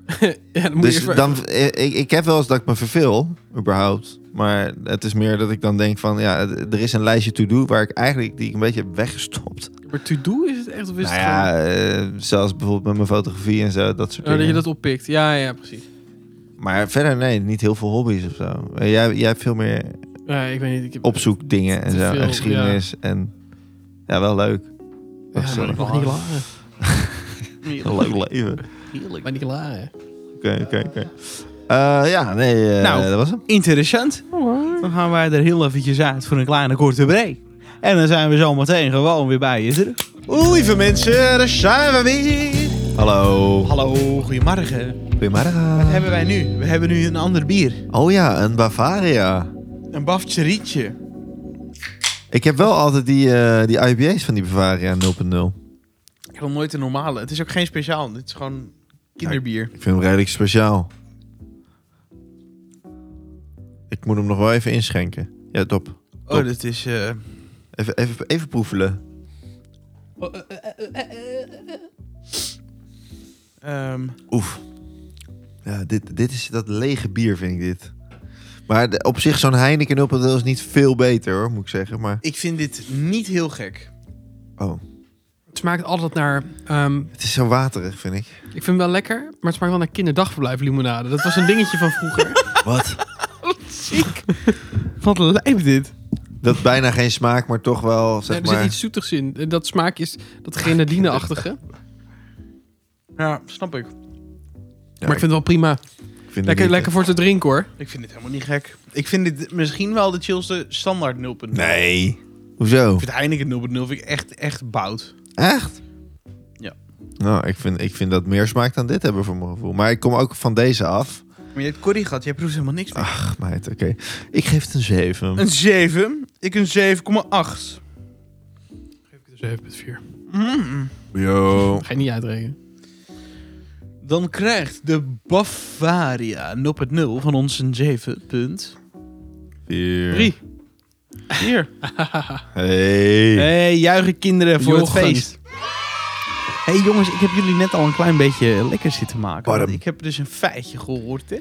S3: ja, dan moet je
S2: Dus
S3: eerst-
S2: dan, ik, ik heb wel eens dat ik me verveel, überhaupt. Maar het is meer dat ik dan denk van, ja, d- er is een lijstje to-do waar ik eigenlijk die ik een beetje heb weggestopt.
S3: Maar to-do is het echt of is
S2: nou
S3: het gewoon...
S2: ja, eh, zelfs bijvoorbeeld met mijn fotografie en zo, dat soort
S3: Oh, dat je
S2: dingen.
S3: dat oppikt. Ja, ja, precies.
S2: Maar verder nee, niet heel veel hobby's of zo. Eh, Jij, jij hebt veel meer
S3: Ja, ik weet niet. Ik heb,
S2: opzoekdingen en
S3: Te
S2: zo,
S3: veel,
S2: en geschiedenis en ja, wel leuk.
S3: ja,
S2: Wel
S3: ben ik
S2: gezellig.
S3: nog niet klaar.
S2: Een leuk leven.
S3: Ik ben niet klaar. hè.
S2: Oké, oké, oké. Eh, Ja, nee, eh,
S1: Nou.
S2: dat was hem.
S1: Interessant. Dan gaan wij er heel eventjes uit voor een kleine korte break. En dan zijn we zo meteen gewoon weer bij je terug.
S4: Lieve mensen, daar zijn we weer.
S2: Hallo.
S1: Hallo, goedemorgen. Wat
S2: Goedemorgen.
S1: hebben wij nu? We hebben nu een ander bier.
S2: Oh ja, een Bavaria.
S1: Een baftjerietje.
S2: Ik heb wel altijd die, eh, die IPA's van die Bavaria 0.0.
S1: Ik wil nooit een normale. Het is ook geen speciaal. Dit is gewoon kinderbier.
S2: Ik vind hem redelijk speciaal. Ik moet hem nog wel even inschenken. Ja, top.
S1: Oh, dit is... eh,
S2: Even, even, even proefelen.
S1: ehm,
S2: Oef. Ja, dit, dit is dat lege bier, vind ik dit. Maar de- op zich, zo'n Heineken 0.0 is niet veel beter, hoor, moet ik zeggen. Maar,
S1: ik vind dit niet heel gek.
S2: oh,
S3: Het smaakt altijd naar ehm,
S2: het is zo waterig, vind ik.
S3: Ik vind hem wel lekker, maar het smaakt wel naar kinderdagverblijf limonade. Dat was een dingetje van vroeger.
S2: Wat?
S1: Wat lijp dit.
S2: Dat bijna geen smaak, maar toch wel,
S3: Nee,
S2: zeg
S3: er zit
S2: maar...
S3: iets zoetigs in. En Dat smaak is dat grenadineachtige.
S1: Ja, snap ik.
S2: Ja,
S3: maar ik vind het wel prima.
S2: ik vind het
S3: Lekker,
S2: niet-
S3: lekker voor te drinken hoor.
S1: Ik vind dit helemaal niet gek. Ik vind dit misschien wel de chillste standaard 0.0. Ik
S2: Nee. Hoezo?
S1: vind Heineken 0.0 vind ik echt, echt bout.
S2: Echt?
S1: Ja.
S2: Nou, ik vind, ik vind dat meer smaak dan dit hebben voor mijn gevoel. Maar ik kom ook van deze af.
S1: Maar je hebt Corrie gehad, jij proeft helemaal niks meer.
S2: Ach, meid, oké. Ik geef het een 7.
S1: Een 7, ik een 7,8.
S3: 7,4.
S1: Mm.
S2: Yo.
S3: Ga je niet uitrekenen.
S1: Dan krijgt de Bavaria 0.0 van ons een 7 punt.
S2: Vier.
S3: Drie.
S1: Hier.
S2: Hey.
S1: hey, juichen kinderen voor
S3: Jochen.
S1: het feest. hey, jongens, ik heb jullie net al een klein beetje lekker zitten maken. want
S2: Warm.
S1: Ik heb dus een feitje gehoord, hè?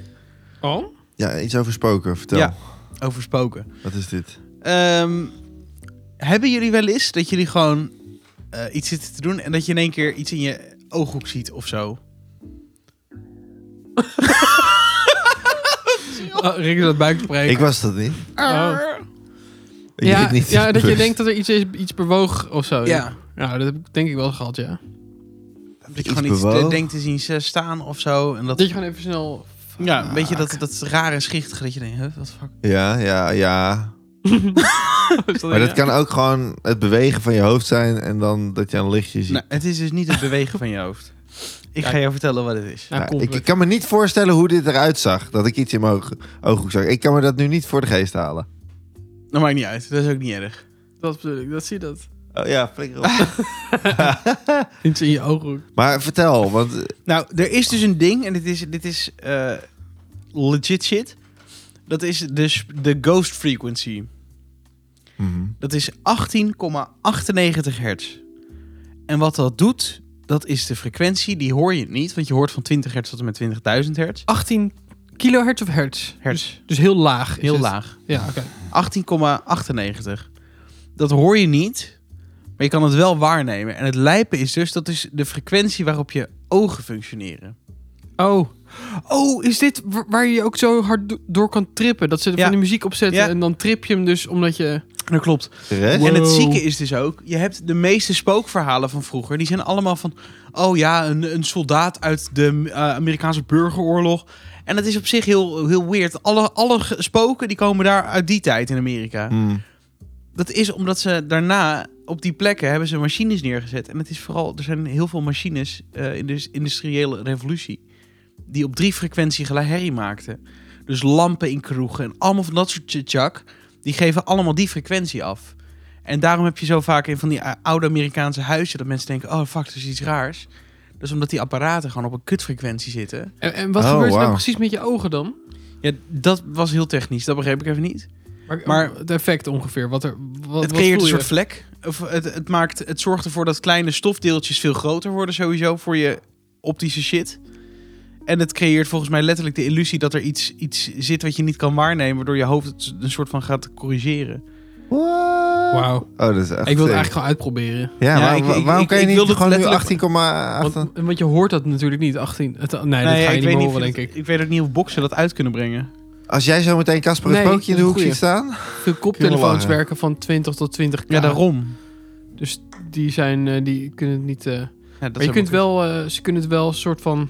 S3: Oh?
S2: Ja, iets over spoken. Vertel.
S1: Ja. Over spoken.
S2: Wat is dit?
S1: Ehm, hebben jullie wel eens dat jullie gewoon eh, iets zitten te doen en dat je in één keer iets in je ooghoek ziet of zo?
S3: oh Rick is dat buikspreken.
S2: Ik was dat niet.
S3: Oh.
S2: Ik
S3: ja,
S2: weet niet. Dus-
S3: ja, dat je
S2: Bewust.
S3: denkt dat er iets, is, iets bewoog of zo.
S1: Ja.
S3: Ja, dat heb ik denk ik wel eens gehad, ja.
S1: Dat Dat je
S2: Iets
S1: gewoon iets te,
S2: bewoog.
S1: denkt te zien ze staan of zo. En dat,
S3: Dat je gewoon Ah, even snel...
S1: ja, weet je, dat, dat rare schichtige dat je denkt, huh, wat de fuck.
S2: Ja, ja, ja.
S3: Oh,
S2: Maar dat kan ook gewoon het bewegen van je hoofd zijn en dan dat je een lichtje ziet.
S1: Nou, het is dus niet het bewegen van je hoofd. Ik ga je vertellen wat het is.
S3: Nou,
S2: Nou,
S3: kom,
S2: ik, ik kan me niet voorstellen hoe dit eruit zag. Dat ik iets in mijn oog, ooghoek zag. Ik kan me dat nu niet voor de geest halen.
S1: Dat maakt niet uit, dat is ook niet erg.
S3: dat bedoel ik, dat zie je dat.
S2: Oh ja, flikker op.
S3: Iets in je ooghoek.
S2: maar vertel, want eh,
S1: Nou, er is dus een ding, en dit is, dit is eh, legit shit. Dat is dus de ghost frequency.
S2: mhm.
S1: Dat is 18,98 hertz. En wat dat doet, dat is de frequentie. Die hoor je niet, want je hoort van 20 hertz tot en met 20.000 hertz.
S3: 18 kilohertz of hertz?
S1: Hertz,
S3: Dus heel laag. is
S1: heel
S3: het.
S1: laag.
S3: Ja, oké.
S1: 18,98. Dat hoor je niet, maar je kan het wel waarnemen. En het lijpen is dus, dat is de frequentie waarop je ogen functioneren.
S3: Oh. Oh, is dit wa- waar je ook zo hard do- door kan trippen? Dat ze er
S1: Ja.
S3: van de muziek op zetten
S1: Ja.
S3: en dan trip je hem dus omdat je...
S1: Dat klopt.
S2: de rest?
S1: En het
S3: Wow.
S1: zieke is dus ook, je hebt de meeste spookverhalen van vroeger. Die zijn allemaal van, oh ja, een, een soldaat uit de eh, Amerikaanse burgeroorlog. En dat is op zich heel, heel weird. Alle, alle ge- spoken die komen daar uit die tijd in Amerika.
S2: Hmm.
S1: Dat is omdat ze daarna op die plekken hebben ze machines neergezet. En het is vooral, er zijn heel veel machines eh, in de industriële revolutie. Die op drie frequentie gelijk herrie maakten. Dus lampen in kroegen en allemaal van dat soort tjak. Die geven allemaal die frequentie af. En daarom heb je zo vaak in van die eh, oude Amerikaanse huizen dat mensen denken: oh fuck, dat is iets raars. Dat is omdat die apparaten gewoon op een kutfrequentie zitten.
S3: En, en wat
S2: Oh,
S3: gebeurt er nou
S2: wauw.
S3: precies met je ogen dan?
S1: Ja, dat was heel technisch, dat begreep ik even niet.
S3: Maar,
S1: Maar-
S3: het effect ongeveer. Wat er, wat,
S1: het
S3: wat
S1: creëert
S3: voel
S1: een
S3: je?
S1: soort vlek. Of het, het, maakt, het zorgt ervoor dat kleine stofdeeltjes veel groter worden sowieso voor je optische shit. En het creëert volgens mij letterlijk de illusie dat er iets, iets zit wat je niet kan waarnemen, waardoor je hoofd het een soort van gaat corrigeren.
S2: What?
S3: Wauw.
S2: Oh, dat is echt
S3: Ik wil
S2: sick.
S3: het eigenlijk gewoon uitproberen.
S2: Ja,
S1: Ja,
S2: waar-
S1: ik- ik-
S2: waarom
S1: ik-
S2: kan je
S1: ik wil
S2: niet
S1: dit
S2: gewoon nu
S1: letterlijk-
S2: 18,8...
S3: Want, want je hoort dat natuurlijk niet. 18, het, nee, dat ga je
S1: ik
S3: niet
S1: weet
S3: meer horen,
S1: of
S3: denk
S1: je
S3: ik.
S1: dat- Ik weet ook niet of boksen dat uit kunnen brengen.
S2: Als jij zo meteen Casper het
S3: Nee,
S2: spookje in de
S3: dat
S2: hoek
S3: is een
S2: ziet staan...
S3: Veel koptelefoons
S2: lachen.
S3: werken van 20 tot 20
S1: Ja, daarom.
S3: Dus die, zijn, eh, die kunnen het niet... eh,
S1: Ja, dat
S3: maar je
S1: zou
S3: kunt
S1: wel
S3: wel, eh, ze kunnen het wel een soort van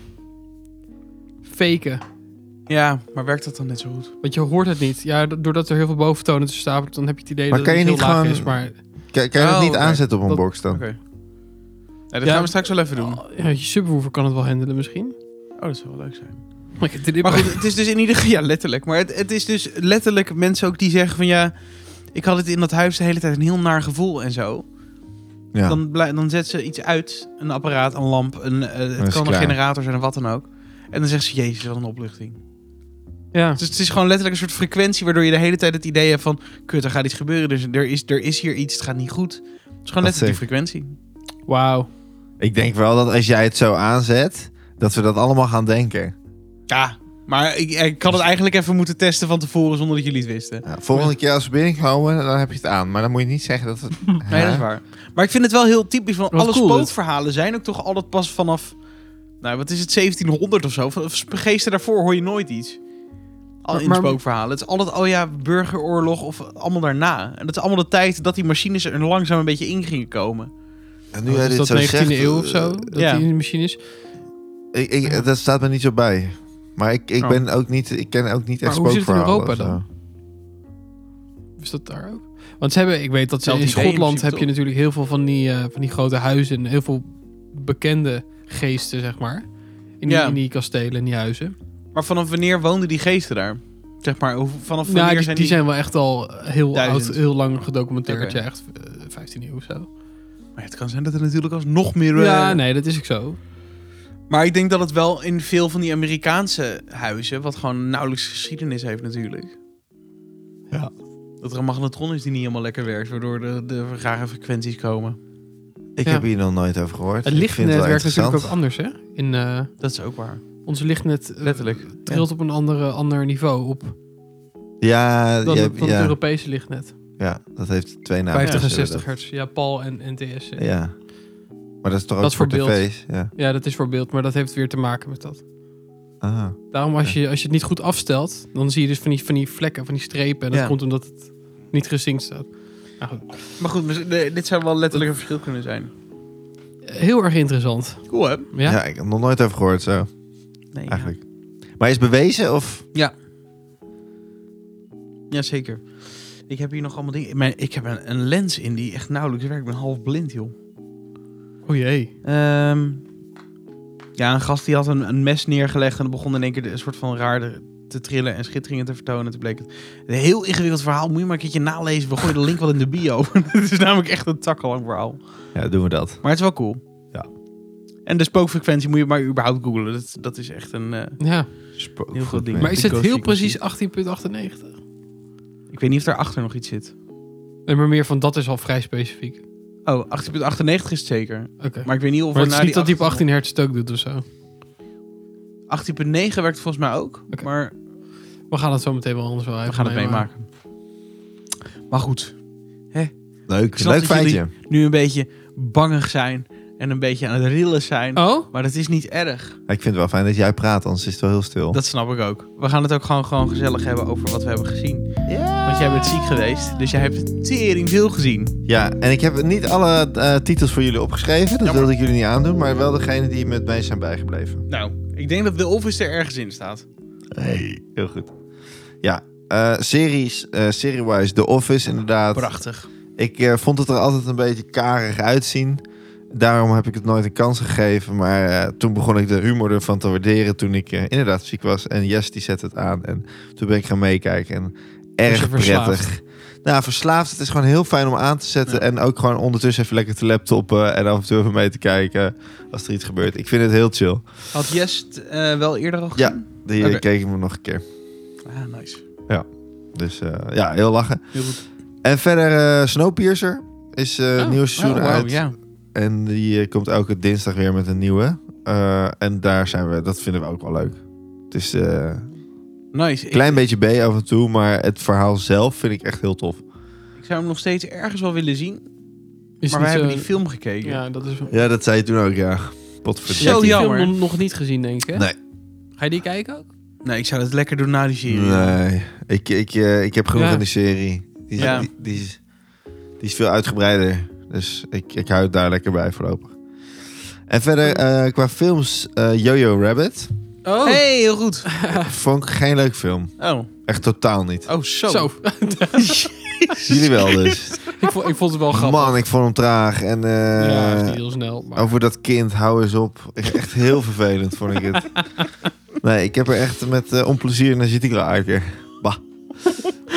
S3: faken.
S1: kunnen. Ja, maar werkt dat dan net zo goed?
S3: Want je hoort het niet. Ja, do- doordat er heel veel boventonen tussen stapelen, dan heb je het idee
S2: Maar
S3: dat
S2: kan
S3: het
S2: je
S3: heel
S2: niet
S3: laag
S2: gewoon-
S3: is. Maar
S2: Kan, kan je dat
S1: Oh,
S2: niet
S1: oké.
S2: aanzetten op een
S3: Dat-
S2: box dan?
S1: Oké. Ja, dat
S3: Ja.
S1: gaan we straks wel even doen.
S3: Oh, ja, je subwoofer kan het wel handelen misschien.
S1: Oh, dat zou wel leuk zijn.
S3: Maar ik dit
S1: Maar goed, het is dus in ieder geval... Ja, letterlijk. Maar het, het is dus letterlijk mensen ook die zeggen van... Ja, ik had het in dat huis de hele tijd een heel naar gevoel en zo.
S2: Ja.
S1: Dan, blij- dan zet ze iets uit. Een apparaat, een lamp. Een, eh,
S2: is
S1: het kan een
S2: klaar.
S1: generator zijn of wat dan ook. En dan zegt ze, jezus, wat een opluchting.
S3: Ja.
S1: Dus het is gewoon letterlijk een soort frequentie... waardoor je de hele tijd het idee hebt van... Kut, er gaat iets gebeuren. Dus er is, er is hier iets, het gaat niet goed. Het is gewoon
S2: Dat
S1: letterlijk die frequentie.
S3: Wauw.
S2: Ik denk wel dat als jij het zo aanzet, dat we dat allemaal gaan denken.
S1: Ja, maar ik, ik had het eigenlijk even moeten testen van tevoren... zonder dat jullie het wisten.
S2: Ja, volgende keer als we binnenkomen, dan heb je het aan. Maar dan moet je niet zeggen dat het...
S1: Nee, dat is waar. Maar ik vind het wel heel typisch, want
S3: Wat
S1: alle
S3: cool dit.
S1: spookverhalen zijn ook toch altijd pas vanaf... Nou, wat is het, 1700 of zo? Van- van Geesten daarvoor hoor je nooit iets. Al
S3: Maar-
S1: in
S3: maar-
S1: spookverhalen. Het is altijd, oh ja, burgeroorlog of allemaal daarna. En dat is allemaal de tijd dat die machines er langzaam een beetje in gingen komen.
S2: En
S3: Nu
S2: jij
S3: is
S2: dit
S3: dat
S2: zo
S3: 19e
S2: zegt,
S3: eeuw of
S2: eh,
S3: zo? Dat
S1: ja.
S3: die in de machine is.
S2: Ik, ik, dat staat me niet zo bij. Maar ik, ik,
S1: Oh.
S2: ben ook niet, ik ken ook niet
S3: Maar
S2: echt
S3: hoe zit het in
S2: spookverhalen.
S3: Europa
S2: of zo.
S3: dan? Is dat daar ook? Want ze hebben, ik weet dat ze
S1: Hetzelfde
S3: in
S1: idee in
S3: Schotland heb
S1: principe,
S3: je natuurlijk heel veel van die, eh, van die grote huizen. en Heel veel bekende geesten, zeg maar. In die,
S1: Ja.
S3: in die kastelen en die huizen.
S1: Maar vanaf wanneer woonden die geesten daar? Zeg maar, hoe- vanaf wanneer
S3: Nou, die,
S1: zijn
S3: die
S1: die...
S3: zijn wel echt al heel, oud,
S1: Duizend.
S3: heel lang gedocumenteerd.
S1: Oké.
S3: Ja, echt eh, 15 eeuw of zo.
S1: Maar het kan zijn dat er natuurlijk alsnog meer... eh,
S3: Ja, nee, dat is ook zo.
S1: Maar ik denk dat het wel in veel van die Amerikaanse huizen, wat gewoon nauwelijks geschiedenis heeft natuurlijk.
S3: Ja.
S1: Dat er een magnetron is die niet helemaal lekker werkt, waardoor de, de rare frequenties komen.
S2: Ik
S3: Ja.
S2: heb hier nog nooit over gehoord.
S3: Het
S2: Ik vind
S3: lichtnet
S2: wel
S3: werkt natuurlijk ook
S2: interessant.
S3: anders, hè? In, eh,
S1: Dat is ook waar.
S3: ons lichtnet eh,
S1: Letterlijk.
S3: trilt op een andere, ander niveau op
S2: Ja,
S3: dan,
S2: je
S3: het-
S2: hebt-
S3: dan het
S2: ja,
S3: Europese lichtnet.
S2: ja, dat heeft twee namen.
S3: 50 en
S2: zullen
S3: 60 hertz. Ja, PAL en NTSC.
S2: dat- Ja. Maar dat is toch ook
S3: is voor
S2: voor
S3: beeld.
S2: tv's? Ja.
S3: Ja, dat is voor beeld, maar dat heeft weer te maken met dat.
S2: Ah.
S3: Daarom, als je, als je het niet goed afstelt, dan zie je dus van die, van die vlekken, van die strepen. En dat
S1: Ja.
S3: komt omdat het niet gesynct staat. Nou goed.
S1: dus, eh, Maar goed, mis- de- dit zou wel letterlijk een verschil kunnen zijn.
S3: Eh, heel erg interessant.
S1: Cool, hè?
S3: Ja?
S2: ik heb nog nooit over gehoord zo,
S1: Nee,
S2: eigenlijk. Maar is bewezen of...
S1: Ja, zeker. Ik heb hier nog allemaal dingen. Mijn, ik heb een, een lens in die echt nauwelijks werkt. Ik ben half blind, joh.
S3: O jee.
S1: Ehm, ja, een gast die had een, een mes neergelegd en begon in één keer de- een soort van raar de- te trillen en schitteringen te vertonen. Toen bleek het een heel ingewikkeld verhaal. Moet je maar een keertje nalezen. We gooien de link wel in de bio. Het is namelijk echt een takkenlang verhaal.
S2: Ja, doen we dat.
S1: Maar het is wel cool.
S2: Ja.
S1: En de spookfrequentie moet je maar überhaupt googlen. Dat, dat is echt een... eh,
S3: Ja.
S2: Spook.
S1: Heel goed ding.
S2: Nee.
S3: Maar is het
S1: Pico's
S3: heel
S1: frequentie.
S3: precies 18.98?
S1: ik weet niet of daarachter nog iets zit.
S3: Nee, maar meer van dat is al vrij specifiek.
S1: Oh, 18.98 is het zeker.
S3: Oké.
S1: Maar ik weet niet of
S3: Maar
S1: we
S3: het is
S1: na
S3: niet dat hij op
S1: 18
S3: 18 hertz het ook doet of zo.
S1: 18.9 werkt volgens mij ook.
S3: Oké.
S1: Maar
S3: We gaan het zo meteen wel anders wel even
S1: we gaan het
S3: meemaken.
S1: meemaken. Maar goed,
S2: Leuk,
S1: snap
S2: leuk
S1: dat jullie-
S2: feitje.
S1: nu een beetje bangig zijn en een beetje aan het rillen zijn.
S3: Oh?
S1: Maar dat is niet erg.
S2: Ik vind het wel fijn dat jij praat, anders is het wel heel stil.
S1: Dat snap ik ook. We gaan het ook gewoon, gewoon gezellig hebben over wat we hebben gezien. Want jij bent ziek geweest, dus jij hebt tering veel gezien.
S2: Ja, en ik heb niet alle eh, titels voor jullie opgeschreven. Dat wilde ik jullie niet aandoen. Maar wel degene die me het meest zijn bijgebleven.
S1: Nou, ik denk dat The Office er ergens in staat.
S2: Hey. Heel goed. Ja, eh, series, eh serie-wise The Office inderdaad.
S1: Prachtig.
S2: Ik eh, vond het er altijd een beetje karig uitzien. Daarom heb ik het nooit een kans gegeven. Maar eh, toen begon ik de humor ervan te waarderen toen ik eh, inderdaad ziek was. En Yes, die zette het aan. En toen ben ik gaan meekijken. En
S3: je
S2: erg
S3: verslaafd?
S2: prettig. Nou, verslaafd. Het is gewoon heel fijn om aan te zetten.
S1: Ja.
S2: En ook gewoon ondertussen even lekker te laptoppen. En af en toe even mee te kijken als er iets gebeurt. Ik vind het heel chill.
S1: Had Yes het, eh, wel eerder al
S2: Ja.
S1: gezien?
S2: Die
S1: Oké.
S2: eh, keek ik me nog een keer.
S1: Ah, nice.
S2: Dus eh, ja, heel lachen.
S1: Heel goed.
S2: En verder eh, Snowpiercer is eh
S3: Oh,
S2: nieuw seizoen
S1: Oh, wauw,
S2: uit.
S1: ja.
S2: En die eh, komt elke dinsdag weer met een nieuwe. Eh, en daar zijn we, dat vinden we ook wel leuk. Het is eh, een
S1: Nice. Ik-
S2: klein beetje B af en toe, maar het verhaal zelf vind ik echt heel tof.
S1: Ik zou hem nog steeds ergens wel willen zien.
S3: Is
S1: maar
S3: niet
S1: wij hebben
S3: zo-
S1: die film gekeken.
S3: Ja, dat is... Zo
S2: Ja, dat zei je toen ook, ja.
S1: Zo
S2: Potverdikke.
S1: ja.
S3: die
S1: jammer.
S3: film nog- nog niet gezien, denk ik, hè?
S2: Nee.
S3: Ga je die kijken ook?
S1: Nee, ik zou dat lekker doen na die serie.
S2: Nee, ik, ik, eh, ik heb genoeg
S3: Ja.
S2: aan die serie. Die is,
S1: Ja.
S2: die, die is, die is veel uitgebreider. Dus ik, ik hou het daar lekker bij voorlopig. En verder, eh, qua films, eh, Jojo Rabbit.
S3: Oh!
S1: Hey, heel goed.
S2: Vond ik geen leuk film.
S1: Oh,
S2: Echt totaal niet.
S1: oh zo.
S3: Zo.
S2: Jullie wel dus.
S3: ik, vond, ik vond het wel grappig.
S2: Man, ik vond hem traag. En eh,
S3: ja, is niet heel snel. Maar...
S2: over dat kind, hou eens op. Echt heel vervelend vond ik het. Nee, ik heb er echt met eh, onplezier naar zitten kijken. Bah.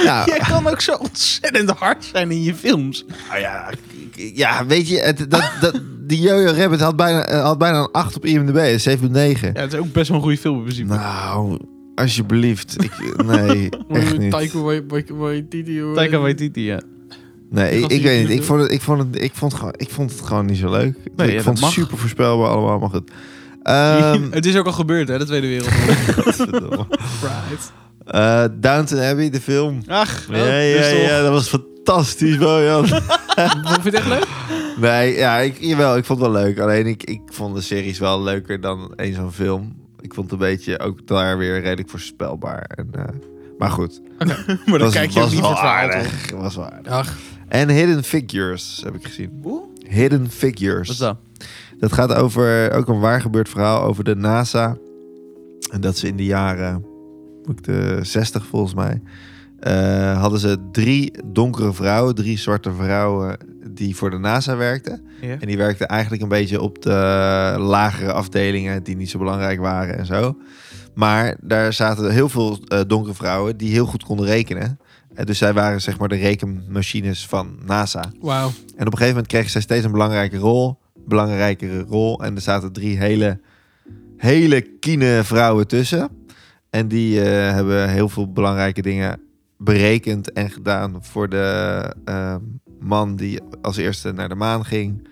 S2: Ja,
S1: Jij kan ook zo ontzettend hard zijn in je films.
S2: nou ja, ik- ik- ja, weet je, het, dat, dat, die Jojo Rabbit had bijna, eh, had bijna een 8 op IMDb, een 7,9.
S1: Ja, het is ook best wel een goede film in principe.
S2: Nou, alsjeblieft. Ik, nee, echt niet.
S3: Taika Wai- Wai- Waititi, hoor.
S1: Taika Waititi, ja.
S2: Nee, ik,
S3: Gast die
S2: ik weet niet.
S3: het
S2: Ik
S3: doet.
S2: vond het, ik vond het, ik vond het, gewoon, ik vond het gewoon niet zo leuk.
S1: ja,
S2: ik
S1: dat
S2: vond het
S1: mag.
S2: super voorspelbaar allemaal, maar goed. Ehm,
S1: het is ook al gebeurd, hè, de Tweede Wereldoorlog.
S2: godverdomme.
S3: Right.
S2: Eh, Downton Abbey, de film.
S1: Ach,
S2: ja, ja, ja, dat was fantastisch, Bojan.
S3: Vond je het echt leuk?
S2: nee, ja, ik, jawel, ik vond het wel leuk. Alleen ik, ik vond de series wel leuker dan één zo'n film. Ik vond het een beetje ook daar weer redelijk voorspelbaar. En, eh, maar goed.
S1: maar dan
S2: was-
S1: kijk je ook
S2: was
S1: niet
S2: wel
S1: voor het verhaal, toch?
S2: aardig, Was wel aardig.
S3: Ach,
S2: En Hidden Figures heb ik gezien.
S1: Hoe?
S2: Hidden Figures.
S1: Wat is dat?
S2: Dat gaat over ook een waargebeurd verhaal over de NASA. En dat ze in de jaren moet ik de 60 volgens mij. eh, hadden ze drie donkere vrouwen, drie zwarte vrouwen die voor de NASA werkten.
S1: Ja.
S2: En die werkten eigenlijk een beetje op de lagere afdelingen die niet zo belangrijk waren en zo. Maar daar zaten heel veel eh, donkere vrouwen die heel goed konden rekenen. En dus zij waren zeg maar de rekenmachines van NASA.
S3: wauw.
S2: En op een gegeven moment kregen zij steeds een belangrijke rol. Belangrijkere rol. En er zaten drie hele, hele kiene vrouwen tussen. En die eh, hebben heel veel belangrijke dingen berekend en gedaan voor de eh, man die als eerste naar de maan ging.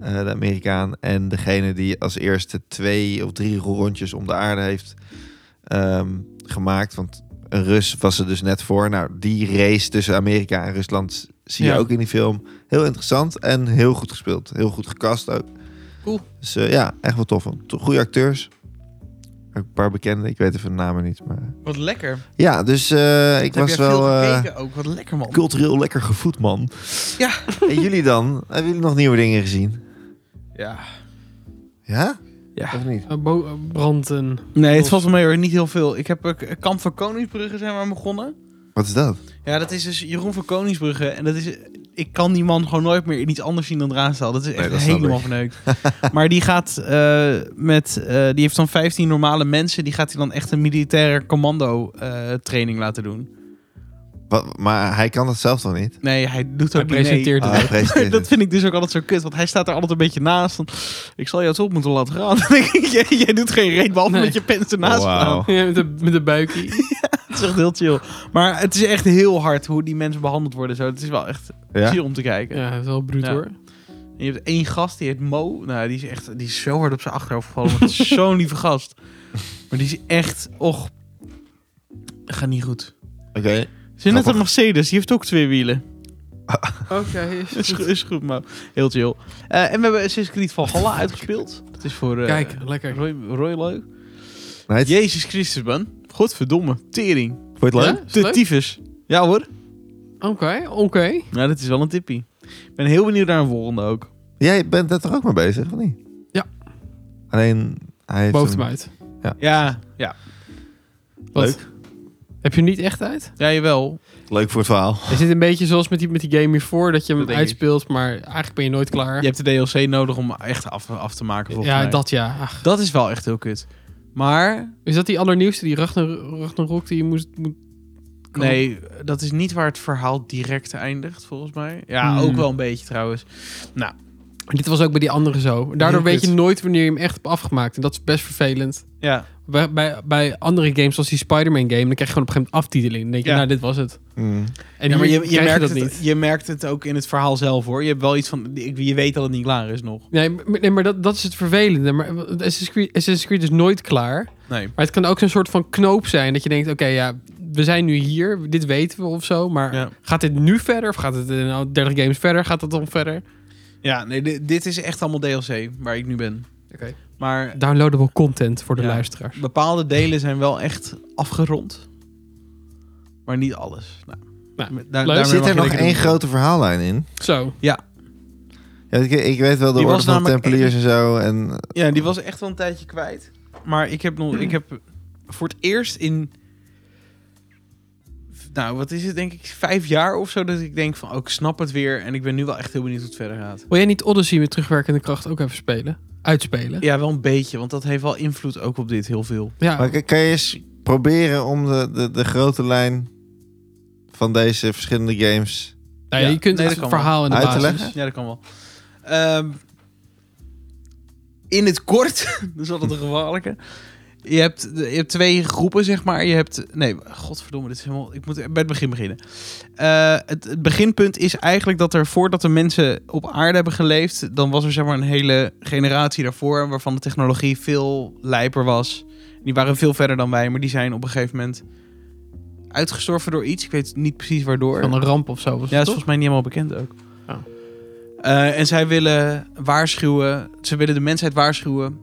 S2: eh, de Amerikaan. En degene die als eerste twee of drie rondjes om de aarde heeft ehm, gemaakt. Want een Rus was er dus net voor. Nou, die race tussen Amerika en Rusland zie je
S3: Ja.
S2: ook in die film. Heel interessant en heel goed gespeeld. Heel goed gecast ook.
S3: Cool.
S2: Dus eh, ja, echt wel tof. To- Goede acteurs. Ook een paar bekende. Ik weet even de namen niet. Maar...
S1: Wat lekker.
S2: Ja, dus eh, ik was wel
S1: Veel
S2: eh,
S1: gekeken ook, wat lekker man.
S2: cultureel lekker gevoed, man.
S1: Ja.
S2: En jullie dan? Hebben jullie nog nieuwe dingen gezien?
S1: Ja.
S2: Ja?
S3: Ja.
S2: Of niet?
S3: Eh, bo- eh, branden.
S1: Nee, het
S3: Los.
S1: valt wel mee hoor. Niet heel veel. Ik heb eh, Kamp van Koningsbrugge zijn we aan begonnen.
S2: Wat is dat?
S1: Ja, dat is dus Jeroen van Koningsbrugge. En dat is... Ik kan die man gewoon nooit meer in iets anders zien dan Draanstaal. Dat is echt
S2: Nee, dat snap
S1: helemaal
S2: ik.
S1: verneukt. maar die gaat eh, met... eh, die heeft dan 15 normale mensen. Die gaat hij dan echt een militaire commando eh, training laten doen.
S2: Wat, maar hij kan dat zelf toch niet?
S1: Nee, hij doet ook
S3: Hij
S1: niet mee.
S3: presenteert
S2: Ah,
S3: het.
S2: hij presenteert
S1: dat
S2: het.
S1: vind ik dus ook altijd zo kut. Want hij staat er altijd een beetje naast. Van, ik zal jou het op moeten laten gaan. Dan denk ik, jij, jij doet geen reet behalve
S3: Nee.
S1: met je pens ernaast.
S2: Wauw.
S1: slaan.
S3: Ja, met, de, met de buikie.
S1: Het is echt heel chill. Maar het is echt heel hard hoe die mensen behandeld worden. Zo. Het is wel echt
S2: Ja?
S1: chill om te kijken.
S3: Ja, dat is wel bruut
S1: Ja.
S3: hoor.
S1: En je hebt één gast, die heet Mo. Nou, die is echt die is zo hard op zijn achterhoofd gevallen. want het is zo'n lieve gast. Maar die is echt, och, gaat niet goed.
S2: Oké.
S1: Zit net
S2: Grappig.
S1: een Mercedes, die heeft ook twee wielen.
S3: Oké,
S1: Is, goed- is goed, maar heel chill. Eh, en we hebben Assassin's Creed Valhalla uitgespeeld. Dat is voor eh,
S3: Kijk, lekker.
S1: Roy, Roy leuk.
S2: Nice.
S1: Jezus Christus, man. Godverdomme, tering.
S2: Vond je het leuk?
S3: Ja, is het
S1: De
S3: leuk?
S1: tyfus. Ja hoor.
S3: Oké, oké.
S1: Nou, dat is wel een tippie. Ik ben heel benieuwd naar een volgende ook.
S2: Jij bent daar toch ook mee bezig, of niet?
S3: Ja.
S2: Alleen, hij heeft
S3: Boven hem
S2: een-
S3: uit.
S1: Ja, ja.
S3: Wat?
S2: Leuk.
S3: Heb je hem niet echt uit?
S1: Ja, jawel.
S2: Leuk voor het verhaal.
S3: Is dit een beetje zoals met die, met die game hiervoor, dat je hem
S1: Dat denk ik.
S3: uitspeelt, maar eigenlijk ben je nooit klaar?
S1: Je hebt de DLC nodig om echt af, af te maken, volgens
S3: ja,
S1: mij.
S3: dat ja. Ach,
S1: dat is wel echt heel kut. Maar,
S3: Is dat die allernieuwste, die Ragnar- Ragnarok, die je moest... moet- Kan.
S1: nee, dat is niet waar het verhaal direct eindigt, volgens mij. Ja,
S3: Hmm.
S1: ook wel een beetje trouwens.
S3: Dit was ook bij die andere zo. Daardoor
S1: Heel
S3: weet je
S1: kut.
S3: nooit wanneer je hem echt hebt afgemaakt. En dat is best vervelend.
S1: Ja,
S3: Bij, bij, bij andere games, zoals die Spider-Man game, dan krijg je gewoon op een gegeven moment aftiteling. Dan denk je,
S1: Ja.
S3: nou, dit was het.
S1: Hmm.
S2: Mm.
S3: En
S1: ja maar
S3: hier
S1: je, je,
S3: krijg
S1: merkt
S3: dat
S1: het,
S3: niet.
S1: je merkt het ook in het verhaal zelf, hoor. Je hebt wel iets van, je weet dat het niet klaar is nog.
S3: Nee, maar- nee, maar dat, dat is het vervelende. Maar Assassin's Creed, Assassin's Creed is nooit klaar.
S1: Nee.
S3: Maar het kan ook zo'n soort van knoop zijn. Dat je denkt, oké, ja, we zijn nu hier. Dit weten we of zo. Maar
S1: Ja.
S3: gaat dit nu verder? Of gaat het eh, nou 30 games verder? Gaat dat dan verder?
S1: Ja, nee, dit, dit is echt allemaal DLC, waar ik nu ben.
S3: Oké.
S1: Maar
S3: Downloadable content voor de
S1: Ja.
S3: luisteraars.
S1: bepaalde delen zijn wel echt afgerond. Maar niet alles. Nou,
S3: Nou,
S1: daar-
S3: leuk.
S1: daarmee
S2: Zit
S1: mag je
S2: er nog
S1: lekker
S2: één
S1: doen.
S2: grote verhaallijn in?
S3: Zo.
S2: Ja, ik, ik weet wel de
S1: Die
S2: orde
S1: was
S2: van de
S1: namelijk-
S2: Tempeliers en zo. En,
S1: Ja, die was echt wel een tijdje kwijt. Maar ik heb, nog, ik heb voor het eerst in... Nou, wat is het denk ik? Vijf jaar of zo dat ik denk van... Oh, ik snap het weer en ik ben nu wel echt heel benieuwd hoe het verder gaat.
S3: Wil jij niet Odyssey met terugwerkende kracht ook even spelen? Uitspelen?
S1: Ja, wel een beetje, want dat heeft wel invloed ook op dit heel veel.
S3: Ja.
S2: maar kan- kan je eens proberen om de, de, de grote lijn van deze verschillende games...
S3: Nou ja,
S1: Ja.
S3: je kunt
S1: Nee, dat
S3: het
S1: kan
S3: verhaal in de
S2: Uit te
S3: basis.
S2: leggen?
S1: Ja, dat kan wel. Ehm, in het kort, dat is altijd een gevaarlijke. Je hebt, de- je hebt twee groepen, zeg maar. Je hebt. Nee, godverdomme, dit is helemaal. Ik moet bij het begin beginnen. Eh, het, het beginpunt is eigenlijk dat er voordat de mensen op aarde hebben geleefd, dan was er zeg maar een hele generatie daarvoor waarvan de technologie veel lijper was. Die waren veel verder dan wij, maar die zijn op een gegeven moment uitgestorven door iets. Ik weet niet precies waardoor.
S3: Van een ramp of zo.
S1: Ja,
S3: Was het
S1: is
S3: toch?
S1: volgens mij niet helemaal bekend ook.
S3: Oh.
S1: Eh, en zij willen waarschuwen, ze willen de mensheid waarschuwen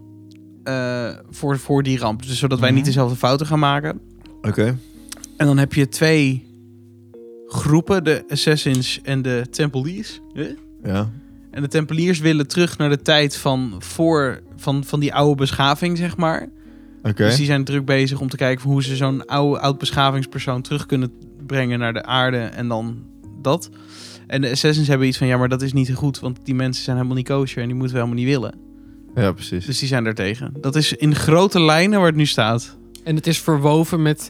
S1: eh, voor, voor die ramp. Dus zodat wij niet
S2: Mhm.
S1: dezelfde fouten gaan maken.
S2: Oké.
S1: En dan heb je twee groepen, de Assassins en de Tempeliers. Huh?
S2: Ja.
S1: En de Tempeliers willen terug naar de tijd van, voor, van, van die oude beschaving, zeg maar.
S2: Oké.
S1: Dus die zijn druk bezig om te kijken van hoe ze zo'n oude, oud beschavingspersoon terug kunnen brengen naar de aarde en dan dat. En de Assassins hebben iets van, ja, maar dat is niet goed, want die mensen zijn helemaal niet kosher en die moeten we helemaal niet willen.
S2: Ja, precies.
S1: Dus die zijn daartegen. Dat is in grote lijnen waar het nu staat.
S3: En het is verwoven met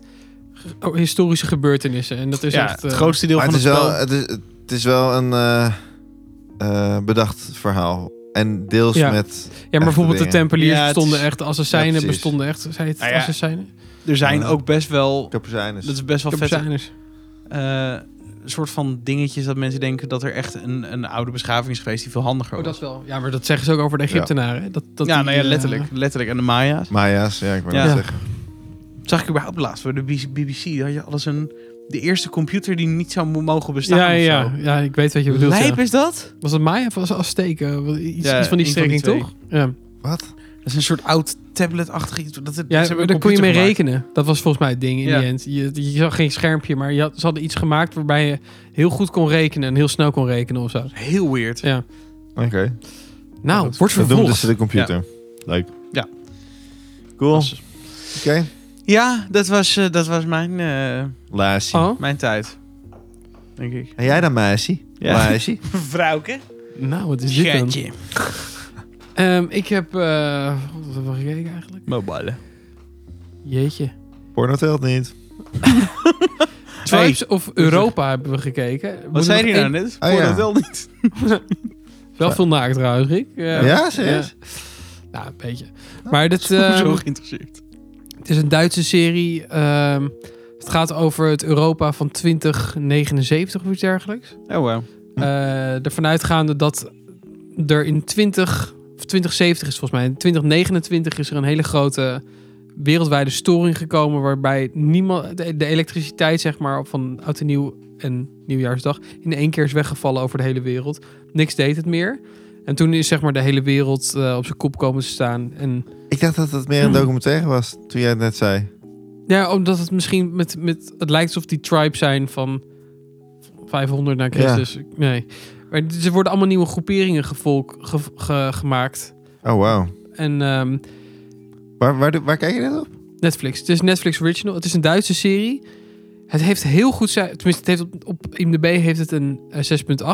S3: ge- oh, historische gebeurtenissen. En dat is
S1: ja,
S3: echt...
S1: het
S3: eh,
S1: grootste deel
S2: maar
S1: van
S2: het
S1: het
S2: is,
S1: spel.
S2: wel, het, is, het is wel een eh, eh, bedacht verhaal. En deels
S3: Ja.
S2: met...
S3: ja, maar bijvoorbeeld de
S2: dingen.
S3: Tempeliers
S1: Ja, het
S3: bestonden
S1: is-
S3: echt assassijnen.
S2: Ja, precies.
S3: bestonden echt... Zij het
S1: Nou ja,
S3: assassijnen?
S1: er zijn
S2: Ja.
S1: ook best wel,
S2: Kapucijnes.
S1: dat is best wel vet,
S3: Kapucijners.
S1: eh, soort van dingetjes dat mensen denken dat er echt een, een oude beschaving is geweest die veel handiger
S3: Oh,
S1: was.
S3: dat wel. Ja, maar dat zeggen ze ook over de Egyptenaren. hè? Dat, dat
S1: ja,
S3: die,
S1: nou ja,
S3: eh,
S1: letterlijk. Letterlijk. En de Maya's.
S2: Maya's, ja, ik wou
S1: Ja.
S2: net zeggen.
S1: zag ik überhaupt laatst bij de BBC. Daar had je alles een. De eerste computer die niet zou mo- mogen bestaan.
S3: ja,
S1: of
S3: ja,
S1: zo.
S3: ja, ik weet wat je bedoelt.
S1: Lijp
S3: ja.
S1: is dat?
S3: Was het Maya of was het Azteken? Wel, Iets,
S1: Ja,
S3: iets van die
S1: een van die
S3: strekking, toch? Ja,
S2: Wat?
S1: Dat is een soort oud tablet-achtig iets. Dat, dat,
S3: ja
S1: ze hebben
S3: daar
S1: een
S3: kon je mee
S1: computer gemaakt.
S3: rekenen. Dat was volgens mij het ding in
S1: Ja.
S3: die end. Je, je zag geen schermpje, maar je had, ze hadden iets gemaakt waarbij je heel goed kon rekenen en heel snel kon rekenen of zo.
S1: Heel weird.
S3: Ja.
S2: Oké.
S3: Nou, wordt
S2: Dat noemden
S3: vervolgd.
S2: ze de computer.
S4: Leuk.
S2: Cool. Oké.
S1: Ja, dat was, eh, dat was mijn, eh,
S2: Laasie.
S3: Oh,
S1: mijn tijd. Denk ik.
S2: En jij dan, meisje?
S1: Ja.
S2: Meisje?
S1: Vrouwke.
S3: nou, wat is dit dan?
S1: Schatje.
S3: Ehm, ik heb... eh wat hebben we gekeken eigenlijk?
S1: Mobile.
S3: Jeetje.
S2: Porno telt niet.
S3: Tribes of Europa hebben we gekeken. Moeten we
S1: Wat zei
S3: nog
S1: hij
S3: één-
S1: nou net?
S2: Oh,
S1: Hoor
S2: ja.
S1: dat wel niet.
S3: Wel veel naakt trouwens, Rick.
S2: Ja,
S3: Eh,
S2: serieus?
S3: Ja. Nou, een beetje. Maar dat,
S1: Zo
S3: ehm,
S1: geïnteresseerd.
S3: het is een Duitse serie. ehm, het gaat over het Europa van 2079 of iets dergelijks.
S1: Oh, wow.
S3: Eh ervan uitgaande dat er in 20, of 2070 is volgens mij, in 2029 is er een hele grote wereldwijde storing gekomen waarbij niemand, de, de elektriciteit zeg maar van oud en nieuw en nieuwjaarsdag in één keer is weggevallen over de hele wereld. Niks deed het meer. En toen is zeg maar de hele wereld eh, op zijn kop komen te staan. En
S2: Ik dacht dat het meer
S1: Hmm.
S2: een documentaire was toen jij het net zei.
S3: ja, omdat het misschien met, met het lijkt alsof die tribes zijn van 500 na Christus. Nee. Maar d- ze worden allemaal nieuwe groeperingen gevolk, ge- ge- gemaakt.
S2: Oh, wow.
S3: En ehm,
S2: Waar, waar, doe- waar kijk je dit op?
S3: Netflix. Het is Netflix Original. Het is een Duitse serie. Het heeft heel goed... cijf- Tenminste, het heeft op, op IMDb heeft het een eh,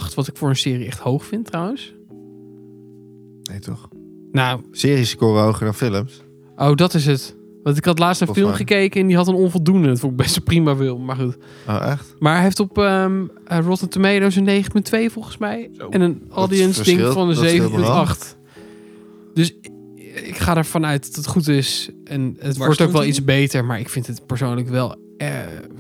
S3: 6.8. Wat ik voor een serie echt hoog vind trouwens.
S2: Nee, toch?
S3: Nou,
S2: Series scoren hoger dan films.
S3: oh dat is het. Want ik had laatst een
S2: Of
S3: film
S2: waar?
S3: gekeken en die had een onvoldoende. Dat vond ik best een prima film, maar goed.
S2: Oh, echt?
S3: Maar hij heeft op ehm, eh, Rotten Tomatoes een 9,2 volgens mij.
S1: Zo.
S3: En een audience ding
S2: verschilt-
S3: van
S2: dat scheelt nogal.
S3: een 7,8. Dus i- ik ga ervan uit dat het goed is. En het wordt ook
S1: stond
S3: wel
S1: hij?
S3: iets beter. Maar ik vind het persoonlijk wel... eh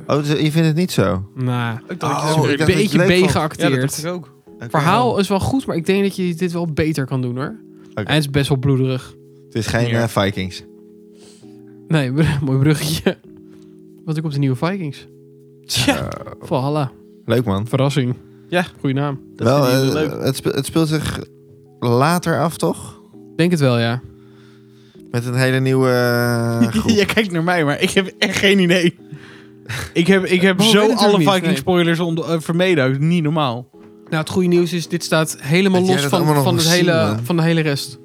S2: Oh, dus je vindt het niet zo?
S3: nou,
S1: Ik
S2: dacht dat je
S1: dat zo-
S2: Oh, ik
S3: een
S2: dacht dat je het leuk
S3: beetje B
S2: vond.
S1: Ja, dat dacht
S3: geacteerd.
S1: ik ook.
S2: Oké.
S3: Verhaal is wel goed, maar ik denk dat je dit wel beter kan doen hoor.
S2: Oké.
S3: En het is best wel bloederig.
S2: Het is geen
S1: Ja.
S2: eh, Vikings.
S3: Nee, mooi bruggetje. Wat ik op de nieuwe Vikings.
S1: Tja.
S2: Eh,
S3: Valhalla.
S2: leuk, man.
S3: Verrassing.
S1: Ja.
S3: Goeie naam.
S1: Dat
S2: wel,
S1: vind ik
S2: eh,
S1: leuk.
S2: Het, speelt, het speelt zich later af, toch?
S3: Denk het wel, ja.
S2: Met een hele nieuwe eh, groep.
S1: Jij kijkt naar mij, maar ik heb echt geen idee. Ik heb, ik heb
S3: Oh, weet
S1: zo
S3: het ook
S1: alle
S3: niet,
S1: Viking
S3: nee.
S1: spoilers om vermeden. ook. Niet normaal.
S3: Nou, het goede nieuws is, dit staat helemaal
S2: Dat jij
S3: los
S2: dat
S3: van,
S2: allemaal nog
S3: van, het
S2: moet zien,
S3: hele,
S2: man.
S3: van de hele rest.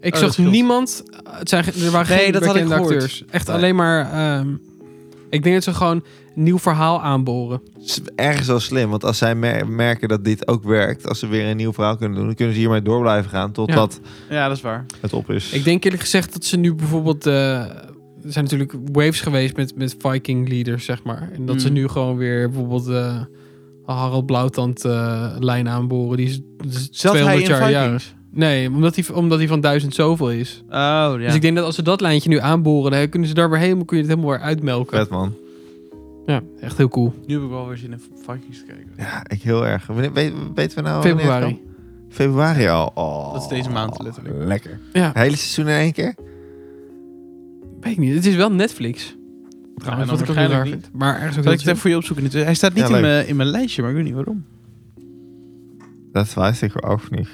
S3: Ik
S1: Oh, dat
S3: zag
S1: scheelt.
S3: niemand, het zijn, ge- er waren
S1: Nee,
S3: geen
S1: dat had ik
S3: bekende
S1: gehoord.
S3: acteurs. Echt
S2: Nee.
S3: alleen maar, ehm, ik denk dat ze gewoon een nieuw verhaal aanboren.
S2: is ergens wel slim, want als zij mer- merken dat dit ook werkt, als ze weer een nieuw verhaal kunnen doen, dan kunnen ze hiermee door blijven gaan totdat
S1: Ja, dat is waar.
S2: het op is.
S3: Ik denk eerlijk gezegd dat ze nu bijvoorbeeld, eh, er zijn natuurlijk waves geweest met, met Viking leaders, zeg maar. En dat ze
S1: Mm.
S3: nu gewoon weer bijvoorbeeld eh, Harald Blauwtand eh, lijn aanboren. Die is, dat is
S1: Zat
S3: 200
S1: hij in
S3: jaar
S1: Vikings?
S3: jaar. Nee, omdat hij omdat hij van duizend zoveel is.
S1: Oh, ja.
S3: Dus ik denk dat als ze dat lijntje nu aanboren, dan kunnen ze daar weer helemaal, kun je het helemaal weer uitmelken.
S2: Vet man.
S3: Ja, echt heel cool.
S1: Nu heb ik wel weer zin in Vikings te kijken.
S2: Ja, ik heel erg. Wanneer- weet- weten we nou wanneer het
S3: Februari.
S2: komt? Februari al. Oh,
S1: Dat is deze maand, letterlijk.
S2: Lekker.
S3: Ja.
S2: Het hele seizoen in één keer?
S3: Weet ik niet. Het is wel Netflix.
S1: en
S3: Trouwens,
S1: dan
S3: wat ik ook heel raar
S1: waarschijnlijk
S3: vind. Maar ergens ook
S1: Zal
S3: heel
S1: ik het even
S3: chill.
S1: voor je opzoeken? Niet- Hij staat niet
S2: Ja,
S1: in,
S2: leuk.
S1: mijn, in mijn lijstje, maar ik weet niet waarom.
S2: Dat weet ik ook niet.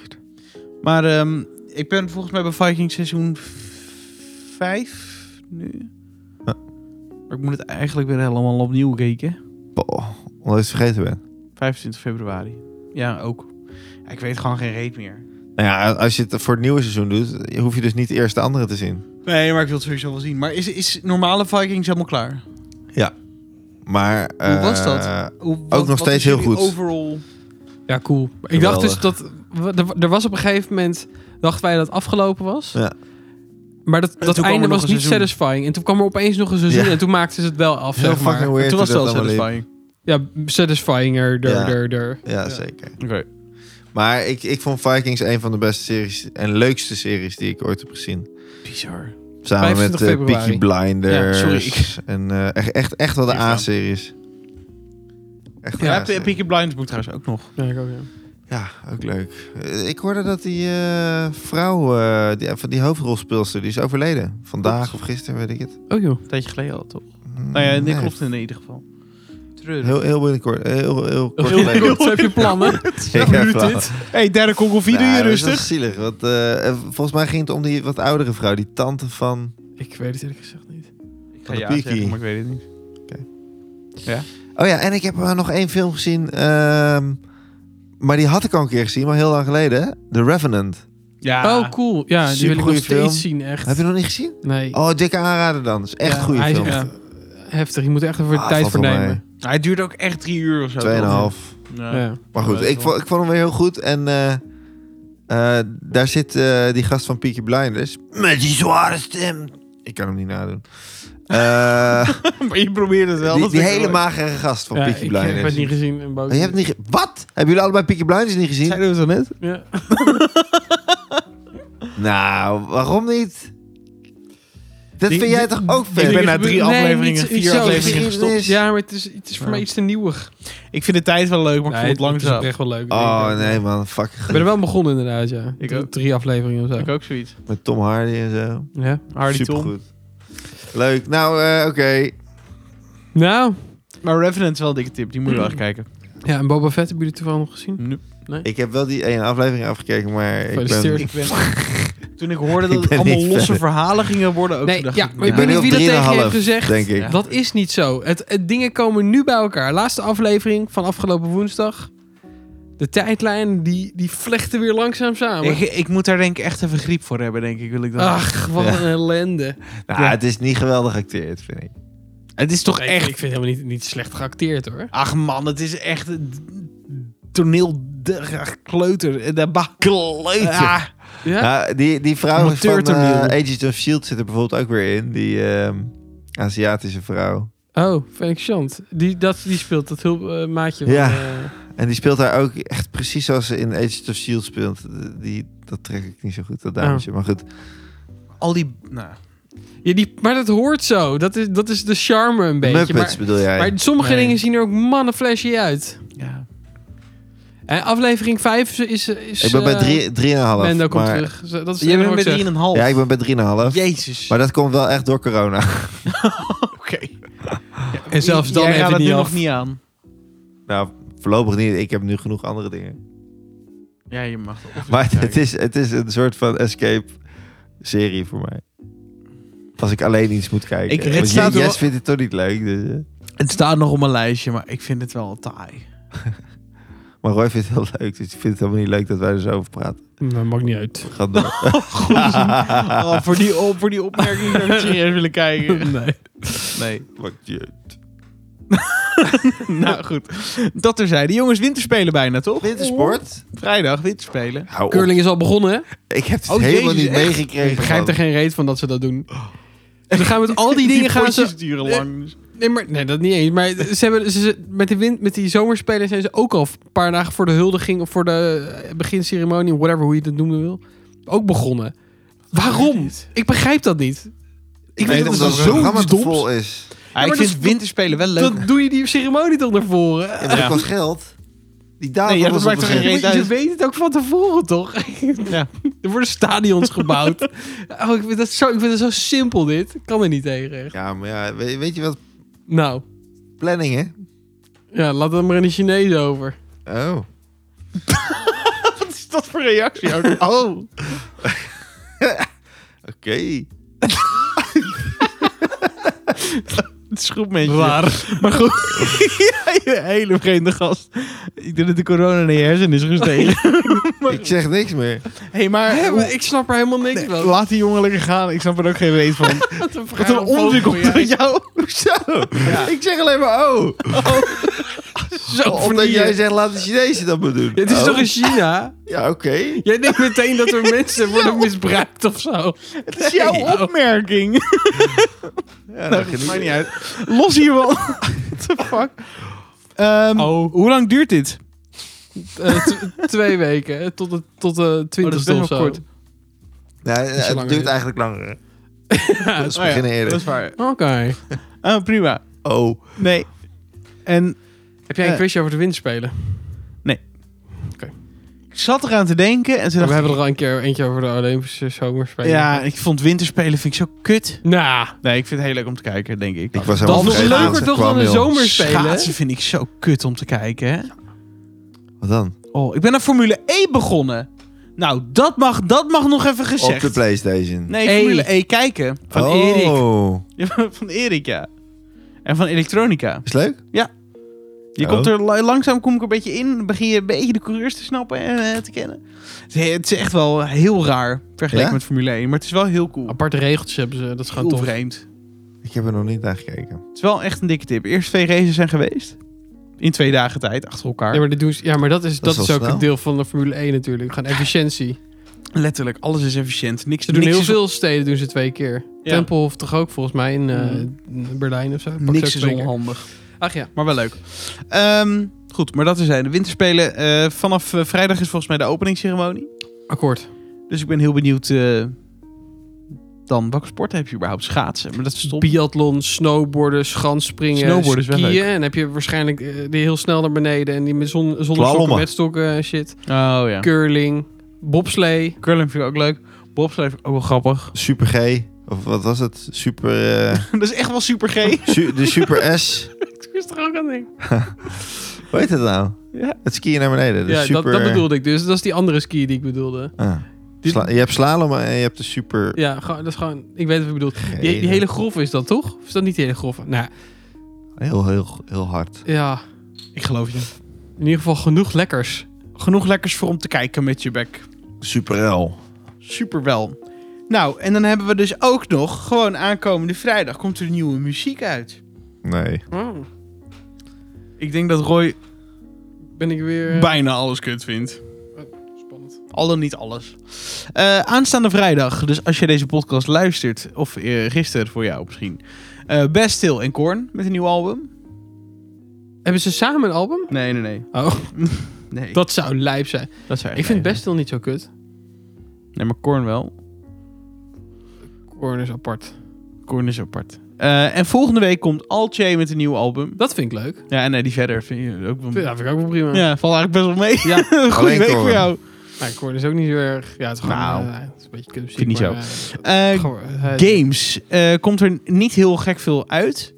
S1: Maar ehm, ik ben volgens mij bij Vikings seizoen 5 nu.
S2: Ja.
S1: Maar ik moet het eigenlijk weer helemaal opnieuw kijken.
S2: Boah, omdat ik het vergeten ben.
S1: 25 februari. Ja, ook. Ja, ik weet gewoon geen reet meer.
S2: Nou ja, als je het voor het nieuwe seizoen doet, hoef je dus niet eerst de andere te zien.
S1: Nee, maar ik wil het sowieso wel zien. Maar is, is normale Vikings helemaal klaar?
S2: Maar,
S1: Hoe was dat?
S2: eh,
S1: Hoe- wat-
S2: nog
S1: wat
S2: steeds
S1: is
S2: heel
S1: jullie
S2: goed.
S1: Overall.
S3: Ja, cool. Ik dacht dus dat... we- Er, er was op een gegeven moment... Dachten wij dat het afgelopen was.
S2: Ja.
S3: Maar dat, dat
S1: kwam er
S3: einde
S1: nog
S3: was
S1: een
S3: niet
S1: seizoen.
S3: satisfying. En toen kwam er opeens nog een seizoen.
S2: Ja.
S3: En toen maakten ze het wel af,
S2: heel
S3: zeg maar.
S2: fucking weird.
S1: Toen was het
S2: hoe
S1: al
S2: dat allemaal liep.
S1: satisfying.
S3: Ja, satisfyinger. Der,
S2: Ja.
S3: der, der.
S2: Ja,
S3: Ja.
S2: zeker.
S1: Oké.
S2: Maar ik, ik vond Vikings een van de beste series en leukste series die ik ooit heb gezien.
S1: Bizar.
S2: Samen met
S3: 25
S2: eh, Peaky
S3: februari.
S2: Blinders.
S1: Ja, sorry, ik-
S2: En eh, echt, echt, echt wel de
S1: Hiervan.
S2: A-series. Echt de
S1: Ja,
S2: A-series.
S1: Peaky Blinders boek trouwens ook nog.
S3: Ja, ik ook, ja.
S2: Ja, ook leuk. Eh, Ik hoorde dat die eh, vrouw, eh, die, van die hoofdrolspeelster, die is overleden. Vandaag of gisteren, weet ik het.
S3: Oh joh.
S1: Een tijdje geleden al, toch?
S2: Mm,
S1: Nou ja,
S2: nee.
S1: dit klopt in ieder geval. Treurig.
S2: Heel, heel binnenkort. eh, Heel, heel kort
S3: Heel
S2: geleden.
S3: kort heb je plannen.
S2: Ik heb wel-
S1: hey, derde kogelvie, doe
S2: Nou,
S1: je
S2: dat is wel
S1: rustig?
S2: zielig. Want, eh, eh, volgens mij ging het om die wat oudere vrouw, die tante van...
S3: Ik weet het eerlijk gezegd niet.
S1: Ik
S2: Van de Peaky.
S1: ik weet het niet.
S2: Oh ja, en ik heb eh, nog één film gezien. ehm, maar die had ik al een keer gezien, maar heel lang geleden. hè? The Revenant.
S1: Ja.
S3: Oh, cool. Ja, die wil ik nog
S2: Supergoeie
S3: steeds
S2: film.
S3: zien, echt.
S2: Heb je nog niet gezien?
S3: Nee.
S2: Oh, dikke aanrader dan. is echt
S3: Ja,
S2: een goede
S3: hij is
S2: film.
S3: echt eh, heftig. Je moet er echt even
S2: Ah,
S3: tijd
S2: valt
S3: voor
S2: wel
S3: nemen.
S1: Hij duurt ook echt drie uur of zo.
S2: Tweeënhalf.
S1: toch? Ja.
S3: Ja.
S2: Maar goed,
S1: Leuk,
S2: ik
S1: hoor.
S2: vond, ik vond hem weer heel goed. En eh, eh, daar zit eh, die gast van Peaky Blinders. Met die zware stem. Ik kan hem niet nadoen. Eh,
S1: maar je probeert het wel.
S2: die
S1: dat
S2: die
S1: vind ik
S2: hele
S1: wel leuk.
S2: magere gast van
S3: Ja,
S2: Peaky
S3: ik heb het
S2: Blinders.
S3: niet gezien. en
S2: Oh,
S3: Boos.
S2: je hebt het niet ge- Wat? Hebben jullie allebei Peaky Blinders niet gezien?
S1: Zeiden we zo net?
S3: Ja.
S2: Nou, waarom niet? Dat
S1: Die-
S2: vind jij toch ook
S1: Ik
S2: vet?
S1: ben
S3: Dingen
S1: na drie
S3: gebeuren- nee,
S1: afleveringen,
S3: niet- niet
S1: vier
S3: zo.
S1: afleveringen
S2: Misschien
S1: gestopt.
S2: is-
S3: ja, maar het is, het is voor mij iets te nieuwig.
S1: Ik vind de tijd wel leuk, maar ik
S3: Nee,
S1: vond het langzaam.
S3: is echt wel leuk.
S2: Oh
S3: Ik-
S2: nee man, fuck.
S3: Ik ben er wel begonnen inderdaad, ja.
S1: Ik
S3: Drie-
S1: ook.
S3: Drie afleveringen of zo.
S1: Ik ook zoiets.
S2: Met Tom Hardy en zo.
S3: Ja.
S1: Hardy Tom.
S2: Supergoed. Leuk. Nou, eh, oké.
S3: Nou,
S1: Maar Revenant is wel een dikke tip, die moet je wel echt kijken.
S3: ja, en Boba Fett hebben jullie toevallig nog gezien?
S2: Ik heb wel die ene aflevering afgekeken, maar ik ben...
S3: Gefeliciteerd.
S1: Ik ben, toen ik hoorde
S2: Ik
S1: dat het
S2: ben
S1: allemaal
S2: niet
S1: losse
S2: verder.
S1: verhalen gingen worden, ook
S3: Nee,
S1: toen dacht
S3: ja,
S1: ik,
S3: maar ik
S1: nou,
S3: ben
S2: nu
S3: niet
S2: op
S3: wie dat tegen je heeft
S2: 3,5,
S3: gezegd.
S2: Denk ik.
S1: Ja.
S3: Dat is niet zo. Het, het dingen komen nu bij elkaar. Laatste aflevering van afgelopen woensdag. De tijdlijn, die, die vlechten weer langzaam samen.
S1: ik, ik moet daar denk ik echt even griep voor hebben, denk ik. Wil ik dan.
S3: Ach, wat
S2: Ja.
S3: een ellende.
S2: Nou,
S1: Ja.
S2: het is niet geweldig acteerd, vind ik.
S1: het is toch
S3: Nee,
S1: echt...
S3: Ik vind het helemaal niet, niet slecht geacteerd hoor.
S1: Ach man, het is echt een toneel... de- ach, Kleuter. eh, De ba- kleuter.
S3: Ja?
S2: Nou, die, die vrouw van
S1: Amateurtoneel.
S2: eh, Agent of S.H.I.E.L.D. zit er bijvoorbeeld ook weer in. Die ehm, Aziatische vrouw.
S3: Oh, Felix Chant. Die, dat, die speelt dat hulpmaatje.
S2: Ja.
S3: Van, eh,
S2: En die speelt daar ook echt precies zoals ze in Agent of S.H.I.E.L.D. E speelt. Die, dat trek ik niet zo goed, dat dametje. Maar goed,
S1: Al die... Nou,
S3: ja, die, maar dat hoort zo. Dat is, dat is de charme een beetje.
S2: Muppets
S3: maar,
S2: bedoel jij.
S3: maar sommige
S1: Nee.
S3: dingen zien er ook mannenflesje uit.
S1: ja.
S3: En aflevering 5 is... is
S2: ik ben bij
S3: eh,
S2: drie, drieënhalf.
S3: Mendo komt
S2: maar-
S3: terug. Zo, Dat is
S1: Jij
S3: het enige
S1: bent
S3: wat
S1: met
S3: ik zeg.
S1: 3,5.
S2: Ja, ik ben bij drieënhalf.
S1: Jezus.
S2: Maar dat komt wel echt door corona.
S1: Oké.
S3: En zelfs dan
S1: Jij
S3: even
S1: gaat het
S3: niet
S1: nu
S3: af.
S1: nog niet aan.
S2: nou, voorlopig niet. Ik heb nu genoeg andere dingen.
S1: Ja, je mag. of-
S2: Maar het is, het is een soort van escape-serie voor mij. Als ik alleen iets moet kijken.
S1: Ik- het
S2: Want
S1: staat er
S2: Jess
S1: wel-
S2: vindt het toch niet leuk. Dus, eh.
S1: Het staat nog op mijn lijstje, maar ik vind het wel taai.
S2: maar Roy vindt het heel leuk. Dus ik vind het helemaal niet leuk dat wij er zo over praten.
S3: Nou, maakt niet uit.
S2: Ga door. Ah.
S1: Oh, voor, die op, voor die opmerking zou ik serieus willen kijken.
S3: nee.
S1: Nee.
S2: Maakt niet uit.
S1: nou goed, dat terzijde. Jongens, winterspelen bijna, toch? Oh.
S2: Wintersport?
S1: Vrijdag, winterspelen.
S2: Hou op.
S3: Curling is al begonnen, hè?
S2: Ik heb het
S1: Oh,
S2: helemaal
S1: Jezus,
S2: niet
S1: echt?
S2: meegekregen.
S3: Ik begrijp er
S2: man.
S3: geen reet van dat ze dat doen. En dan gaan we met al die dingen gaan ze...
S1: potjes duren lang.
S3: Nee, maar, nee, dat niet eens. Maar ze hebben, ze- ze, met, de wind, met die zomerspelen zijn ze ook al een paar dagen voor de huldiging... of voor de eh, beginceremonie, whatever, hoe je dat noemen wil... ook begonnen. Waarom? Ik begrijp dat niet.
S2: Nee,
S3: Ik weet dat
S2: omdat
S3: het
S2: het
S3: zo
S2: programma te
S3: doms...
S2: vol is.
S1: Ah, ik
S3: maar
S1: vind
S3: dat is-
S1: winterspelen wel leuk.
S3: Dan doe je die ceremonie toch naar voren.
S2: En dat
S1: Ja.
S2: kost geld. Die datum
S1: Nee, ja, dat
S2: was
S1: maakt toch geen
S2: opgegeven.
S1: reet
S3: Je,
S1: uit.
S3: weet het ook van tevoren, toch?
S1: Ja.
S3: Er worden stadions gebouwd. Oh, ik, vind dat zo, ik vind dat zo simpel, dit. Ik kan er niet tegen. echt.
S2: Ja, maar ja, weet, weet je wat?
S3: Nou,
S2: Planning, hè?
S3: ja, laat het maar in de Chinees over.
S2: Oh.
S1: Wat is dat voor reactie? ook? Oh.
S2: Oké.
S1: Het is goed met je.
S3: Waar?
S1: Maar goed, ja, je hele vreemde gast. Ik denk dat de corona naar je hersen is gestegen.
S2: Ik zeg niks meer.
S1: hey, maar...
S3: Hè, maar ik snap er helemaal niks van.
S1: Laat die jongen lekker gaan. Ik snap er ook geen reet van.
S3: Wat een,
S1: Wat een onzin komt er uit jou.
S2: Hoezo? Ik zeg alleen maar oh.
S3: Zo
S2: Omdat jij zegt laat de Chinezen dat maar doen.
S3: eh, Het is
S2: Oh.
S3: toch in China?
S2: Ja, oké.
S3: Jij denkt meteen dat er mensen worden misbruikt of zo.
S1: Het is jouw opmerking.
S2: Ja,
S1: Nou,
S2: dan geniet
S1: maakt
S2: ik.
S1: niet uit. Los hier wel. What the fuck? Ehm,
S3: Oh.
S1: Hoe lang duurt dit?
S3: Eh, tw- twee weken. eh, Tot de, tot de twintigste
S1: best
S3: of
S1: wel
S3: zo.
S1: kort.
S2: Nou,
S3: is
S2: het
S3: langer
S2: duurt
S3: dit.
S2: eigenlijk langer. hè?
S3: Ja,
S2: Dus we beginnen
S1: Dat
S2: eerder.
S1: is waar.
S3: Oké.
S1: Oh, prima.
S2: Oh.
S1: Nee. En
S3: Heb jij een
S1: Eh.
S3: quizje over de winterspelen?
S1: ik zat eraan te denken en ze
S3: we
S1: dacht
S3: hebben er al een keer eentje over de Olympische zomerspelen.
S1: ja, ik vond winterspelen vind ik zo kut.
S3: Nou,
S1: Nee, ik vind het heel leuk om te kijken, denk ik.
S2: Ik was
S3: dat is
S2: helemaal
S3: nog
S2: vergeten
S3: leuker
S2: ze
S3: toch
S2: kwam,
S3: dan een
S2: joh.
S3: zomerspelen?
S1: Schaatsen vind ik zo kut om te kijken. Hè?
S2: Wat dan?
S1: Oh, ik ben naar Formule E begonnen. Nou, dat mag, dat mag nog even
S2: Op de
S1: gezegd.
S2: Playstation.
S1: nee,
S3: E.
S1: Formule E kijken. Van
S2: oh.
S1: Erik. Ja, van Erik, ja. En van elektronica.
S2: Is leuk?
S1: Je
S2: Oh.
S1: komt er la- langzaam kom ik er een beetje in. Dan begin je een beetje de coureurs te snappen en eh, te kennen. Het is, het is echt wel heel raar vergeleken
S2: Ja?
S1: met Formule 1. Maar het is wel heel cool.
S3: Aparte regeltjes hebben ze, dat is gewoon
S1: Ah, Heel
S3: tof.
S1: vreemd.
S2: Ik heb er nog niet naar gekeken.
S1: Het is wel echt een dikke tip. Eerst twee races zijn geweest. In twee dagen tijd, achter elkaar.
S3: Ja maar, dit doen ze- ja, maar dat is,
S2: Dat
S3: dat
S2: is
S3: is
S2: wel
S3: ook
S2: snel.
S3: een deel van de Formule 1 natuurlijk. Gaan efficiëntie.
S1: Letterlijk, alles is efficiënt. Niks,
S3: Ze doen
S1: niks
S3: heel
S1: is-
S3: veel steden doen ze twee keer.
S1: Ja.
S3: Tempelhof toch ook volgens mij in eh,
S2: Mm.
S3: Berlijn of zo. Pakken ze ook
S1: Niks is
S3: twee keer.
S1: onhandig.
S3: Ach ja.
S1: Maar wel leuk. Ehm, goed, maar dat er zijn. De winterspelen. eh, vanaf eh, vrijdag is volgens mij de openingsceremonie.
S3: Akkoord.
S1: Dus ik ben heel benieuwd. eh, dan, welke sporten heb je überhaupt? Schaatsen? Maar dat stond.
S3: Biathlon, snowboarden, schansspringen,
S1: Snowboarden is wel
S3: skiën.
S1: leuk.
S3: En dan heb je waarschijnlijk eh, die heel snel naar beneden. En die met zon, zonder sokken,
S2: Slalommen.
S3: met stokken en shit.
S1: Oh ja.
S3: Curling, bobslee.
S1: Curling vind ik ook leuk. Bobsleigh vind ik ook wel grappig.
S2: Super G. Of wat was het? Super. eh,
S1: dat is echt wel super G.
S2: su- de Super S.
S3: Ik wist er ook aan denken.
S2: Hoe heet het nou?
S1: Ja.
S2: Het skiën naar beneden. De
S3: Ja,
S2: super...
S3: dat, dat
S1: eh,
S3: bedoelde ik dus. Dat is die andere ski die ik bedoelde.
S2: Ah.
S3: Dit-
S2: Sla- je hebt slalom en je hebt de Super
S3: Ja, gewoon, dat is gewoon... Ik weet wat je bedoelt.
S2: G.
S3: Die, die hele grof is dat toch? Of is dat niet die hele grove? Nou,
S2: Heel, heel, heel hard.
S3: ja.
S1: Ik geloof je.
S3: In ieder geval genoeg lekkers.
S1: Genoeg lekkers voor om te kijken met je bek.
S2: Super L.
S1: Super wel. Nou, en dan hebben we dus ook nog, gewoon aankomende vrijdag komt er nieuwe muziek uit.
S2: Nee.
S1: Ik denk dat Roy
S3: Ben ik weer... eh,
S1: bijna alles kut vindt. Oh,
S3: Spannend.
S1: Al dan niet alles. Eh, aanstaande vrijdag, dus als je deze podcast luistert, of eh, gisteren voor jou misschien. eh Best Stil en Korn met een nieuw album.
S3: Hebben ze samen een album?
S1: Nee, nee, nee.
S3: Oh,
S1: nee.
S3: dat zou lijp zijn.
S1: dat zou
S3: Ik vind best wel niet zo kut.
S1: Nee, maar Korn wel.
S3: Korn is apart.
S1: Korn is apart. Eh, en volgende week komt Alche met een nieuw album.
S3: Dat vind ik leuk.
S1: Ja, en nee, die verder vind je ook wel...
S3: Ja, vind ik ook wel prima.
S1: Ja, valt eigenlijk best wel mee.
S3: Ja.
S1: Goede
S2: Alleen
S1: week
S2: Korn.
S1: voor jou.
S3: Maar Korn is dus ook niet zo erg... Ja, het is gewoon...
S1: Nou,
S3: eh, het is een beetje kut muziek,
S1: vind ik niet
S3: maar,
S1: Eh,
S3: eh, gewoon, eh,
S1: games. Eh, komt er niet heel gek veel uit.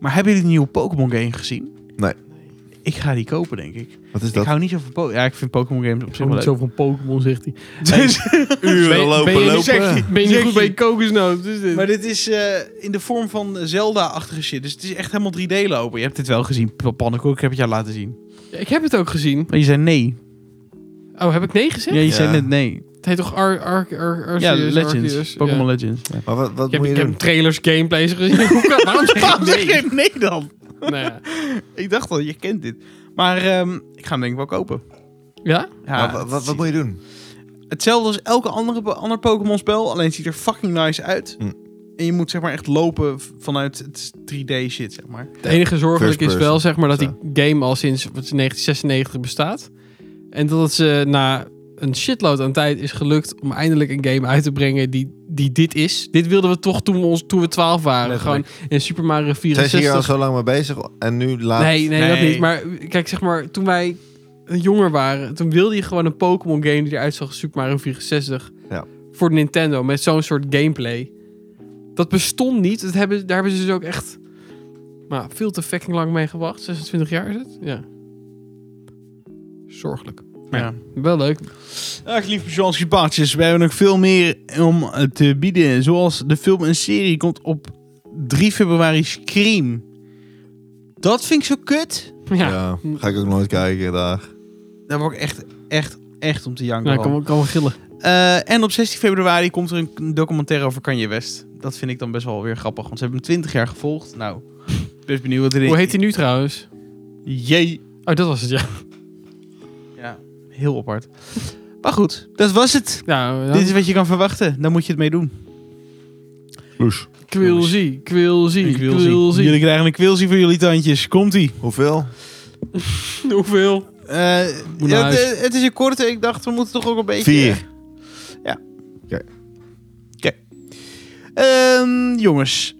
S1: Maar hebben jullie de nieuwe Pokémon game gezien?
S2: Nee.
S1: Ik ga die kopen, denk ik.
S2: Wat is
S1: Ik
S2: dat?
S1: hou niet zo van Pokémon. Ja, ik vind Pokémon games op zich
S3: Ook
S1: wel
S3: niet zo
S1: leuk.
S3: van Pokémon, zegt hij.
S2: Uren
S3: Ben-
S2: lopen,
S3: ben je-
S2: lopen.
S1: zeg je-
S3: Ben je niet
S1: Zeg
S3: goed bij je kokosnoot? Wat is dit?
S1: Maar dit is eh, in de vorm van Zelda-achtige shit. Dus het is echt helemaal 3D lopen. Je hebt dit wel gezien, P- Pannenkoek. Ik heb het jou laten zien.
S3: Ja, ik heb het ook gezien.
S1: Maar je zei nee.
S3: Oh, heb ik nee gezegd?
S1: Ja, je
S2: Ja.
S1: zei net nee.
S3: Het heet toch Ar Ar Ar Arceus?
S1: Ja,
S3: Arceus?
S1: Legends.
S3: Ja.
S1: Pokémon Legends. Ja.
S2: Maar wat, wat
S3: Ik heb,
S2: moet je
S3: ik
S2: doen?
S3: heb trailers, gameplays gezien. Hoe kan- Waarom zeg
S1: Waarom
S3: ik
S1: zeg
S3: nee?
S1: je nee dan?
S3: Nou ja.
S1: Ik dacht al, je kent dit. Maar ehm, ik ga hem denk ik wel kopen.
S3: ja?
S2: Maar wat, wat, wat moet je doen?
S1: Hetzelfde als elke andere po- ander Pokémon spel, alleen het ziet er fucking nice uit.
S2: Hm.
S1: En je moet zeg maar echt lopen v- vanuit het 3D shit, zeg maar.
S3: Het enige zorgelijk
S2: First
S3: is wel zeg maar, dat die
S2: Zo.
S3: game al sinds wat is het, 1996 bestaat. En dat het ze na een shitload aan tijd is gelukt om eindelijk een game uit te brengen die, die dit is. Dit wilden we toch toen we, ons, toen we 12 waren.
S1: Letterlijk.
S3: Gewoon in Super Mario
S2: Zijn ze hier al
S3: 64.
S2: zo lang mee bezig en nu laat...
S3: Nee, nee, dat
S1: Nee.
S3: niet. Maar kijk, zeg maar, toen wij jonger waren, toen wilde je gewoon een Pokémon game die eruit zag als Super Mario 64
S2: Ja.
S3: voor de Nintendo met zo'n soort gameplay. Dat bestond niet. Dat hebben, daar hebben ze dus ook echt maar veel te fucking lang mee gewacht. 26 jaar is het? Ja. Zorgelijk. Maar
S1: Ja.
S3: Wel leuk.
S1: Ach, lieve Johnsie Bartjes, we hebben nog veel meer om eh, te bieden. Zoals de film en serie komt op 3 februari Scream. Dat vind ik zo kut.
S3: Ja.
S2: Ja, ga ik ook nooit kijken, daar.
S1: Daar word ik echt, echt, echt om te janken.
S3: Nou, ik
S1: van.
S3: kan, wel- kan wel gillen.
S1: Eh, en op 16 februari komt er een documentaire over Kanye West. Dat vind ik dan best wel weer grappig, want ze hebben hem 20 jaar gevolgd. Nou, best benieuwd wat erin
S3: Hoe heet hij nu trouwens?
S1: Jee.
S3: Oh, dat was het, ja.
S1: Ja, heel apart. Maar goed, dat was het.
S3: Nou,
S1: Dit is wat je kan verwachten. Daar moet je het mee doen.
S2: Loes.
S3: Quilzy, Quilzy,
S1: Jullie
S3: Quilzy.
S1: krijgen een quilzie voor jullie tandjes. Komt-ie.
S2: Hoeveel?
S3: Hoeveel?
S1: Eh,
S3: Moet naar
S1: het,
S3: huis.
S1: eh, het is een korte. Ik dacht, we moeten toch ook een beetje...
S2: Vier.
S1: Ja.
S2: Oké.
S1: Oké. Ehm, jongens.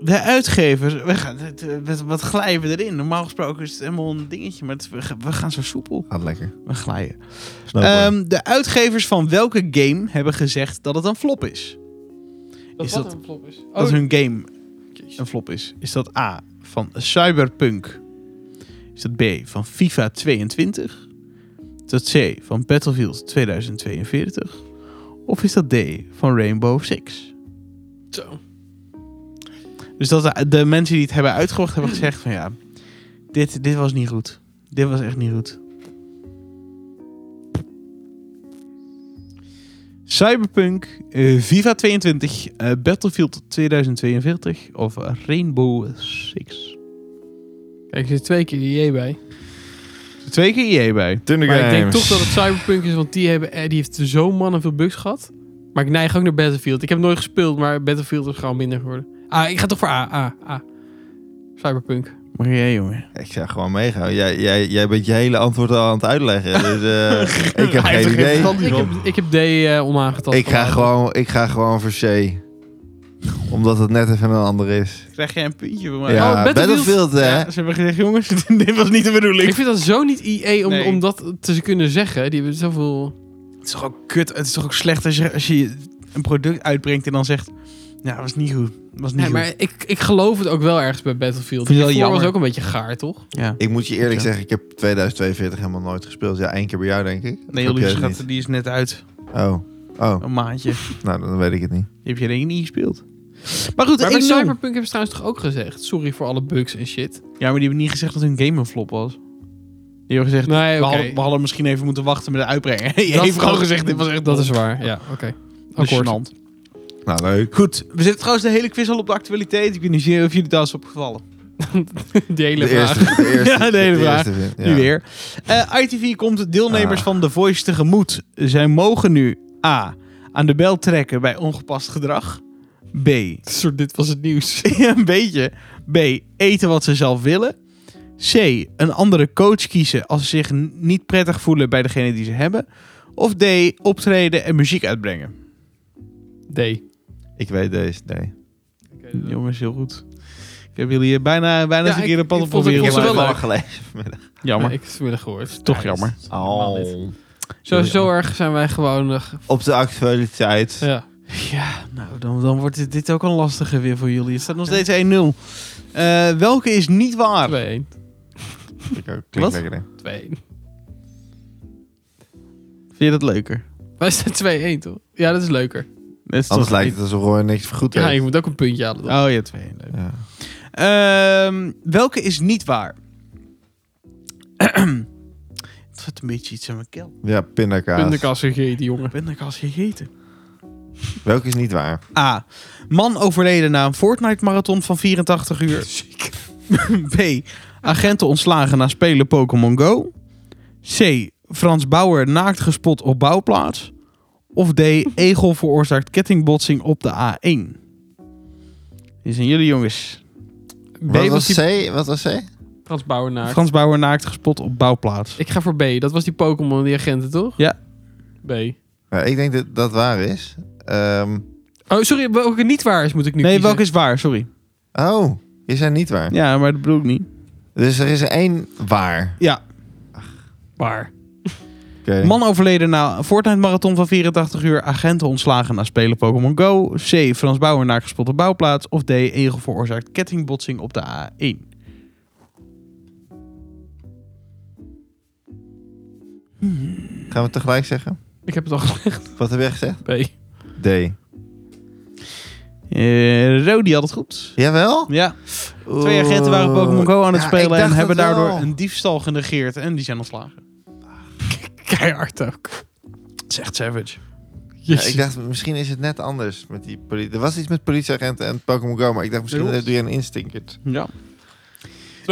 S1: De uitgever. We gaan, het, eh, wat, wat glijden we erin? Normaal gesproken is het helemaal een dingetje. Maar het- we, gaan- we gaan zo soepel.
S2: Gaat Ah, lekker.
S1: We glijden.
S2: Snowboard.
S1: Ehm, de uitgevers van welke game hebben gezegd dat het een flop is?
S3: Dat
S1: Is
S3: wat
S1: dat-
S3: een flop is. Oh,
S1: Dat hun game
S3: jezus.
S1: een flop is. Is dat A van Cyberpunk? Is dat B van FIFA 22? Is dat C van Battlefield 2042? Of is dat D van Rainbow Six?
S3: Zo.
S1: Dus dat de, de mensen die het hebben uitgebracht hebben gezegd van ja, Dit, dit was niet goed. Dit was echt niet goed. Cyberpunk, eh, Viva 22, eh, Battlefield 2042 of Rainbow Six.
S3: Kijk, er zit twee keer IE bij.
S1: Twee keer IE bij.
S2: Thunder
S3: Maar ik denk
S2: Games.
S3: toch dat het Cyberpunk is, want die, hebben, eh, die heeft zo mannen veel bugs gehad. Maar ik neig ook naar Battlefield. Ik heb nooit gespeeld, maar Battlefield is gewoon minder geworden. Ah, ik ga toch voor A. A, A. Cyberpunk.
S1: Maar jij, jongen.
S2: Ik zou gewoon meegaan. Jij, jij, jij bent je hele antwoord al aan het uitleggen. Dus, eh, ik heb
S1: Hij heeft
S2: geen
S1: er geen
S2: idee.
S1: verstand
S3: Ik heb, ik heb D eh, onaangetast.
S2: Ik ga, gewoon, ik ga gewoon voor C. Omdat het net even een ander is.
S1: Krijg jij een puntje van mij?
S2: Ja,
S3: Battlefield.
S2: Battlefield, hè?
S1: Oh, Ja, ze hebben gezegd, jongens, dit was niet de bedoeling.
S3: Ik vind dat zo niet IE om,
S1: Nee.
S3: om dat te kunnen zeggen. Die hebben zoveel...
S1: Het is toch ook kut. Het is toch ook slecht als je, als je een product uitbrengt en dan zegt... Ja, was niet goed. Was niet
S3: Nee, maar ik, ik geloof het ook wel ergens bij Battlefield.
S1: Vind
S3: Die
S1: je wel
S3: voor was
S1: jammer?
S3: ook een beetje gaar, toch?
S1: goed. Ja.
S2: Ik moet je eerlijk
S1: Ja.
S2: zeggen, ik heb 2042 helemaal nooit gespeeld. Ja, één keer bij jou, denk ik.
S1: Nee,
S2: Heb
S1: joh,
S2: jij
S1: die,
S2: het
S1: schat,
S2: niet?
S1: die is net uit.
S2: Oh. Oh,
S1: Een maandje.
S2: nou dan weet ik het niet.
S1: Die heb je denk ik niet gespeeld. Maar goed,
S3: Maar bij
S1: 1-0.
S3: Cyberpunk hebben ze trouwens toch ook gezegd... Sorry voor alle bugs en shit.
S1: Ja, maar die hebben niet gezegd dat hun game een flop was. Die hebben gezegd...
S3: Nee,
S1: We,
S3: oké.
S1: hadden, we hadden misschien even moeten wachten met de uitbrengen. Je
S3: Dat-
S1: heeft gewoon gezegd, dit was echt
S3: Dat is waar, ja. Oké.
S1: Dus
S3: Akkoord.
S1: gênant.
S2: Nou, leuk.
S1: Goed, we zitten trouwens de hele quiz al op de actualiteit. Ik weet niet of jullie daar is opgevallen.
S3: Die hele
S2: De
S3: vraag.
S2: eerste, de eerste,
S1: Ja, de hele vraag.
S2: eerste vind-
S1: Nu
S2: ja.
S1: weer. Eh, ITV komt deelnemers
S2: Ah.
S1: van The Voice tegemoet. Zij mogen nu A. aan de bel trekken bij ongepast gedrag. B.
S3: Soort, dit was het nieuws.
S1: een beetje. B. Eten wat ze zelf willen. C. Een andere coach kiezen als ze zich n- niet prettig voelen bij degene die ze hebben. Of D. Optreden en muziek uitbrengen.
S3: D.
S2: Ik weet deze, nee.
S1: Jongens, heel goed. Ik heb jullie eh, bijna, bijna
S3: Ja,
S1: een keer
S3: ik-
S1: een
S3: ik vond het-
S1: paddenprobeer
S3: ik
S2: Ik heb
S3: vond
S2: het
S3: het
S2: wel
S3: leuk.
S2: gelezen vanmiddag.
S1: Jammer.
S3: Ik heb het weer gehoord.
S1: Toch
S3: Ja,
S1: jammer.
S3: dit is normaal
S2: Oh.
S3: dit.
S1: Oh.
S3: Zo,
S1: Heel
S3: zo erg zijn wij gewoon... eh,
S2: Op de actualiteit.
S3: ja.
S1: Ja, nou, dan, dan wordt dit, dit ook een lastige weer voor jullie. Het staat nog steeds 1-0. Eh, welke is niet waar?
S3: 2-1.
S2: Ik ook.
S1: Wat?
S2: Klinkt lekker, hè?
S3: 2-1.
S1: Vind je dat leuker?
S3: Wij staan 2-1, toch? Ja, dat is leuker.
S1: Dat is
S2: Anders
S1: toch
S2: lijkt het alsof Roy niks goed
S3: Ja, je
S2: heeft.
S3: moet ook een puntje halen. toch?
S1: Oh ja, 2-1. leuk.
S2: Ja.
S1: Ehm, welke is niet waar? het wordt een beetje iets aan mijn keel.
S2: Ja, pindakaas.
S3: Pindakaas gegeten, jongen.
S1: Ik ben ik al eens gegeten.
S2: Welke is niet waar?
S1: A. Man overleden na een Fortnite-marathon van 84 uur. B. Agenten ontslagen na spelen Pokémon Go. C. Frans Bauer naakt gespot op bouwplaats. Of D. Egel veroorzaakt kettingbotsing op de A1. Dit zijn jullie jongens.
S3: B
S2: Wat
S3: was
S2: was
S3: die
S2: C? Wat was C?
S3: Frans Bouwenaar.
S1: Frans Bauer naakt gespot op bouwplaats.
S3: Ik ga voor B. Dat was die Pokémon, die agenten, toch?
S1: Ja.
S3: B.
S2: Nou, ik denk dat dat waar is. Ehm,
S3: Oh, sorry. Welke niet waar is, moet ik nu
S1: nee,
S3: kiezen.
S1: welke is waar? Sorry.
S2: oh, je zijn niet waar.
S1: Ja, maar dat bedoel ik niet.
S2: Dus er is er één waar.
S1: Ja.
S3: waar?
S2: Oké.
S1: Man overleden na een Fortnite-marathon van 84 uur. Agenten ontslagen na spelen Pokémon Go. C. Frans Bauer naakt gespot op bouwplaats. Of D. Egel veroorzaakt kettingbotsing op de A1.
S2: Gaan we het tegelijk zeggen?
S3: Ik heb het al gezegd.
S2: Wat heb jij gezegd?
S3: B.
S2: D.
S1: Eh Rodi had het goed.
S2: Jawel?
S1: Ja. Twee agenten waren Pokémon Go aan het
S2: Ja, ik
S1: spelen en
S2: dacht
S1: hebben
S2: het
S1: daardoor
S2: wel.
S1: een diefstal genegeerd. En die zijn ontslagen.
S3: Keihard ook.
S1: Het is echt savage.
S2: Ja,
S3: Jezus.
S2: ik dacht, misschien is het net anders. Met die politie. Er was iets met politieagenten en Pokémon Go, maar ik dacht misschien
S3: Klopt.
S2: doe je een instinkert.
S1: Ja.
S3: 2-2.
S2: 2-2,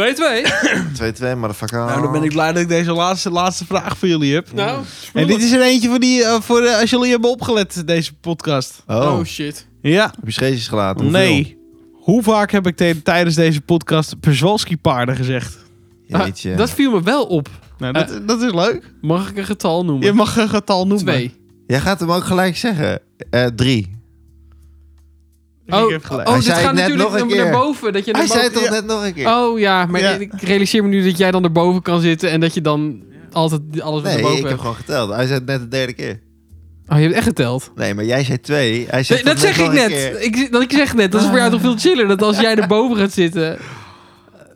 S2: motherfucker.
S1: Nou, dan ben ik blij dat ik deze laatste, laatste vraag voor jullie heb.
S3: nou.
S1: En dit is er eentje voor, die, eh, voor eh, als jullie hebben opgelet, deze podcast.
S2: Oh,
S3: Oh, shit.
S1: Ja.
S2: heb je scheetjes gelaten? Hoeveel?
S1: Nee. Hoe vaak heb ik te- tijdens deze podcast Perzwalski paarden gezegd?
S2: Jeetje.
S3: Ah, dat viel me wel op.
S1: Nou,
S4: Eh.
S1: dat, dat is leuk.
S3: Mag ik een getal
S1: Je
S3: noemen?
S1: mag een getal noemen.
S3: Twee.
S2: Jij gaat hem ook gelijk zeggen. Eh drie.
S1: Oh,
S3: Oh,
S1: ik heb gelijk.
S3: oh,
S2: Hij
S3: dit
S2: zei
S3: gaat
S2: het net
S3: natuurlijk
S2: nog een
S3: naar
S2: keer.
S3: boven. Dat je naar
S2: Hij zei
S3: boven...
S2: het toch
S1: ja.
S2: net nog een keer?
S3: Oh ja, maar
S1: Ja.
S3: ik realiseer me nu dat jij dan erboven kan zitten en dat je dan altijd alles wat
S2: nee,
S3: erboven
S2: ik
S3: hebt.
S2: heb gewoon geteld. Hij zei het net de derde keer.
S3: Oh, je hebt echt geteld.
S2: Nee, maar jij zei twee. Hij zei
S3: Nee,
S2: het
S3: dat
S2: toch
S3: zeg ik
S2: nog een
S3: net.
S2: keer.
S3: Ik, dat ik zeg net. Dat is voor jou toch veel chiller dat als jij erboven gaat zitten.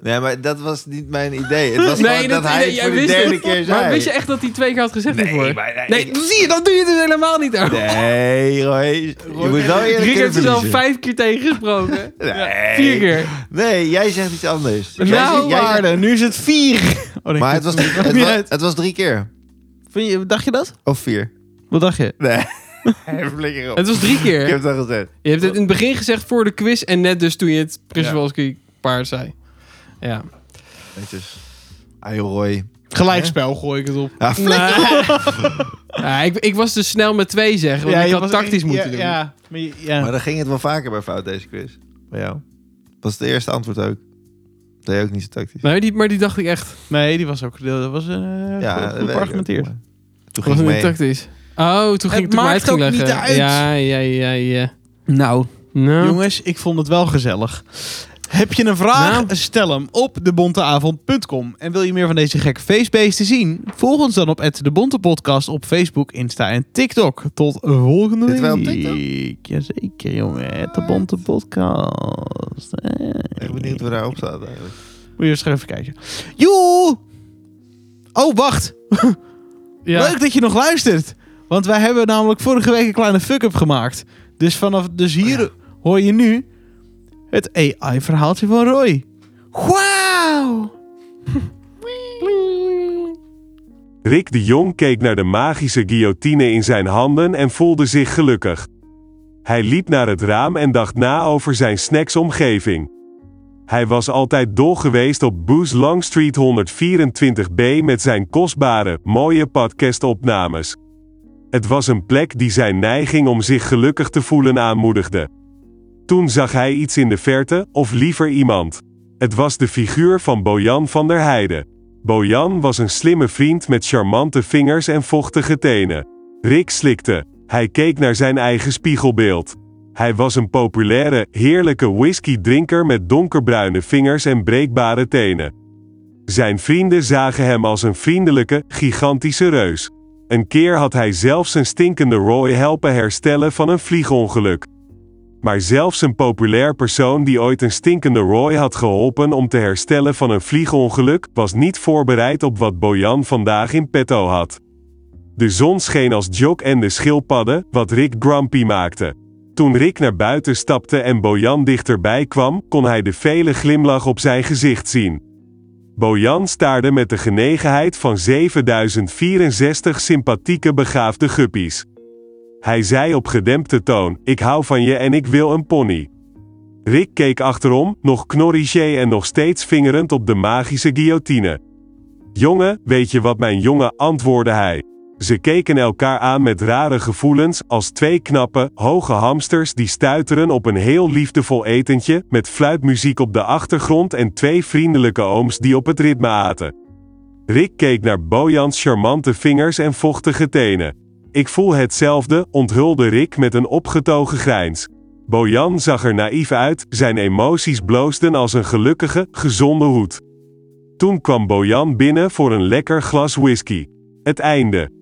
S2: Nee, maar dat was niet mijn idee. Het was
S3: Nee,
S2: gewoon
S3: dat-
S2: dat, hij
S3: nee,
S2: het
S3: jij
S2: voor de
S3: wist
S2: derde
S3: het.
S2: keer zei.
S3: Maar wist je echt dat hij twee keer had gezegd
S2: Nee,
S3: hiervoor?
S2: maar nee.
S3: nee, zie je, dat doe je dus helemaal niet aan.
S2: Nee, Roy. Je moet wel eerlijk
S3: Rick heeft
S2: kunnen
S3: het al
S2: verliezen.
S3: vijf keer tegengesproken.
S2: Nee.
S3: Vier keer.
S2: Nee, jij zegt iets anders. Jij
S3: Nou,
S2: zegt- jij zegt-
S4: Waarde, nu is het vier. Oh, nee,
S2: maar het was, het,
S4: maakt niet
S2: was,
S4: uit.
S2: het was drie keer.
S4: Vind je, dacht je dat?
S2: Of vier.
S4: Wat dacht je?
S2: Nee. Flikker op.
S3: Het was drie
S2: Ik
S3: keer.
S2: heb het al gezegd.
S3: Je hebt het in het begin gezegd voor de quiz en net dus toen je het Prins
S1: Ja.
S3: Walski paard zei. Ja.
S2: Netjes. Ah, joh, Roy.
S4: Gelijkspel gooi ik het op.
S2: Ja, flikker
S3: Nee. Ja, ik, ik was dus snel met twee zeggen, want ik had tactisch moeten doen.
S4: Ja, maar je- ja.
S2: Maar dan ging het wel vaker bij fout, deze quiz. Bij jou. Was het eerste antwoord ook. Dat deed je ook niet zo tactisch.
S3: Nee, die, maar die dacht ik echt.
S1: Nee, die was ook gedeeld. Dat was eh
S2: ja,
S1: ja,
S2: dat
S1: goed,
S2: weet ik
S1: geargumenteerd.
S2: ook. Toen
S3: was
S2: ging ik
S3: het niet
S2: mee.
S3: tactisch. Oh, toen ging
S1: Het
S3: ik toen ik
S1: maakt
S3: uit ging
S1: ook
S3: leggen.
S1: niet uit.
S3: Ja, ja, ja, ja.
S1: Nou,
S3: Nou,
S4: Jongens, ik vond het wel gezellig. Heb je een vraag? Stel hem op debonteavond.com. En wil je meer van deze gekke feestbeesten zien? Volg ons dan op de Bonte Podcast op Facebook, Insta en TikTok. Tot volgende
S2: Zitten wij op TikTok?
S4: week. Jazeker, jongen. De Bonte Podcast. Eh.
S2: Ik ben benieuwd hoe we daarop zaten eigenlijk.
S4: Moet je eens even kijken. Joe! Oh, wacht.
S3: ja.
S4: Leuk dat je nog luistert. Want wij hebben namelijk vorige week een kleine fuck-up gemaakt. Dus vanaf dus hier hoor je nu het AI-verhaaltje van Roy. Wauw!
S5: Rick de Jong keek naar de magische guillotine in zijn handen en voelde zich gelukkig. Hij liep naar het raam en dacht na over zijn snacksomgeving. Hij was altijd dol geweest op Booz Longstreet 124B met zijn kostbare, mooie podcastopnames. Het was een plek die zijn neiging om zich gelukkig te voelen aanmoedigde. Toen zag hij iets in de verte, of liever iemand. Het was de figuur van Bojan van der Heijden. Bojan was een slimme vriend met charmante vingers en vochtige tenen. Rick slikte. Hij keek naar zijn eigen spiegelbeeld. Hij was een populaire, heerlijke whisky-drinker met donkerbruine vingers en breekbare tenen. Zijn vrienden zagen hem als een vriendelijke, gigantische reus. Een keer had hij zelfs een stinkende Roy helpen herstellen van een vliegongeluk. Maar zelfs een populair persoon die ooit een stinkende Roy had geholpen om te herstellen van een vliegongeluk, was niet voorbereid op wat Bojan vandaag in petto had. De zon scheen als jok en de schildpadden, wat Rick grumpy maakte. Toen Rick naar buiten stapte en Bojan dichterbij kwam, kon hij de vele glimlach op zijn gezicht zien. Bojan staarde met de genegenheid van 7064 sympathieke begaafde guppies. Hij zei op gedempte toon: Ik hou van je en ik wil een pony. Rick keek achterom, nog knorrigé en nog steeds vingerend op de magische guillotine. Jongen, weet je wat mijn jongen, antwoordde hij. Ze keken elkaar aan met rare gevoelens, als twee knappe, hoge hamsters die stuiteren op een heel liefdevol etentje, met fluitmuziek op de achtergrond en twee vriendelijke ooms die op het ritme aten. Rick keek naar Bojans charmante vingers en vochtige tenen. Ik voel hetzelfde, onthulde Rick met een opgetogen grijns. Bojan zag er naïef uit, zijn emoties bloosden als een gelukkige, gezonde hoed. Toen kwam Bojan binnen voor een lekker glas whisky. Het einde.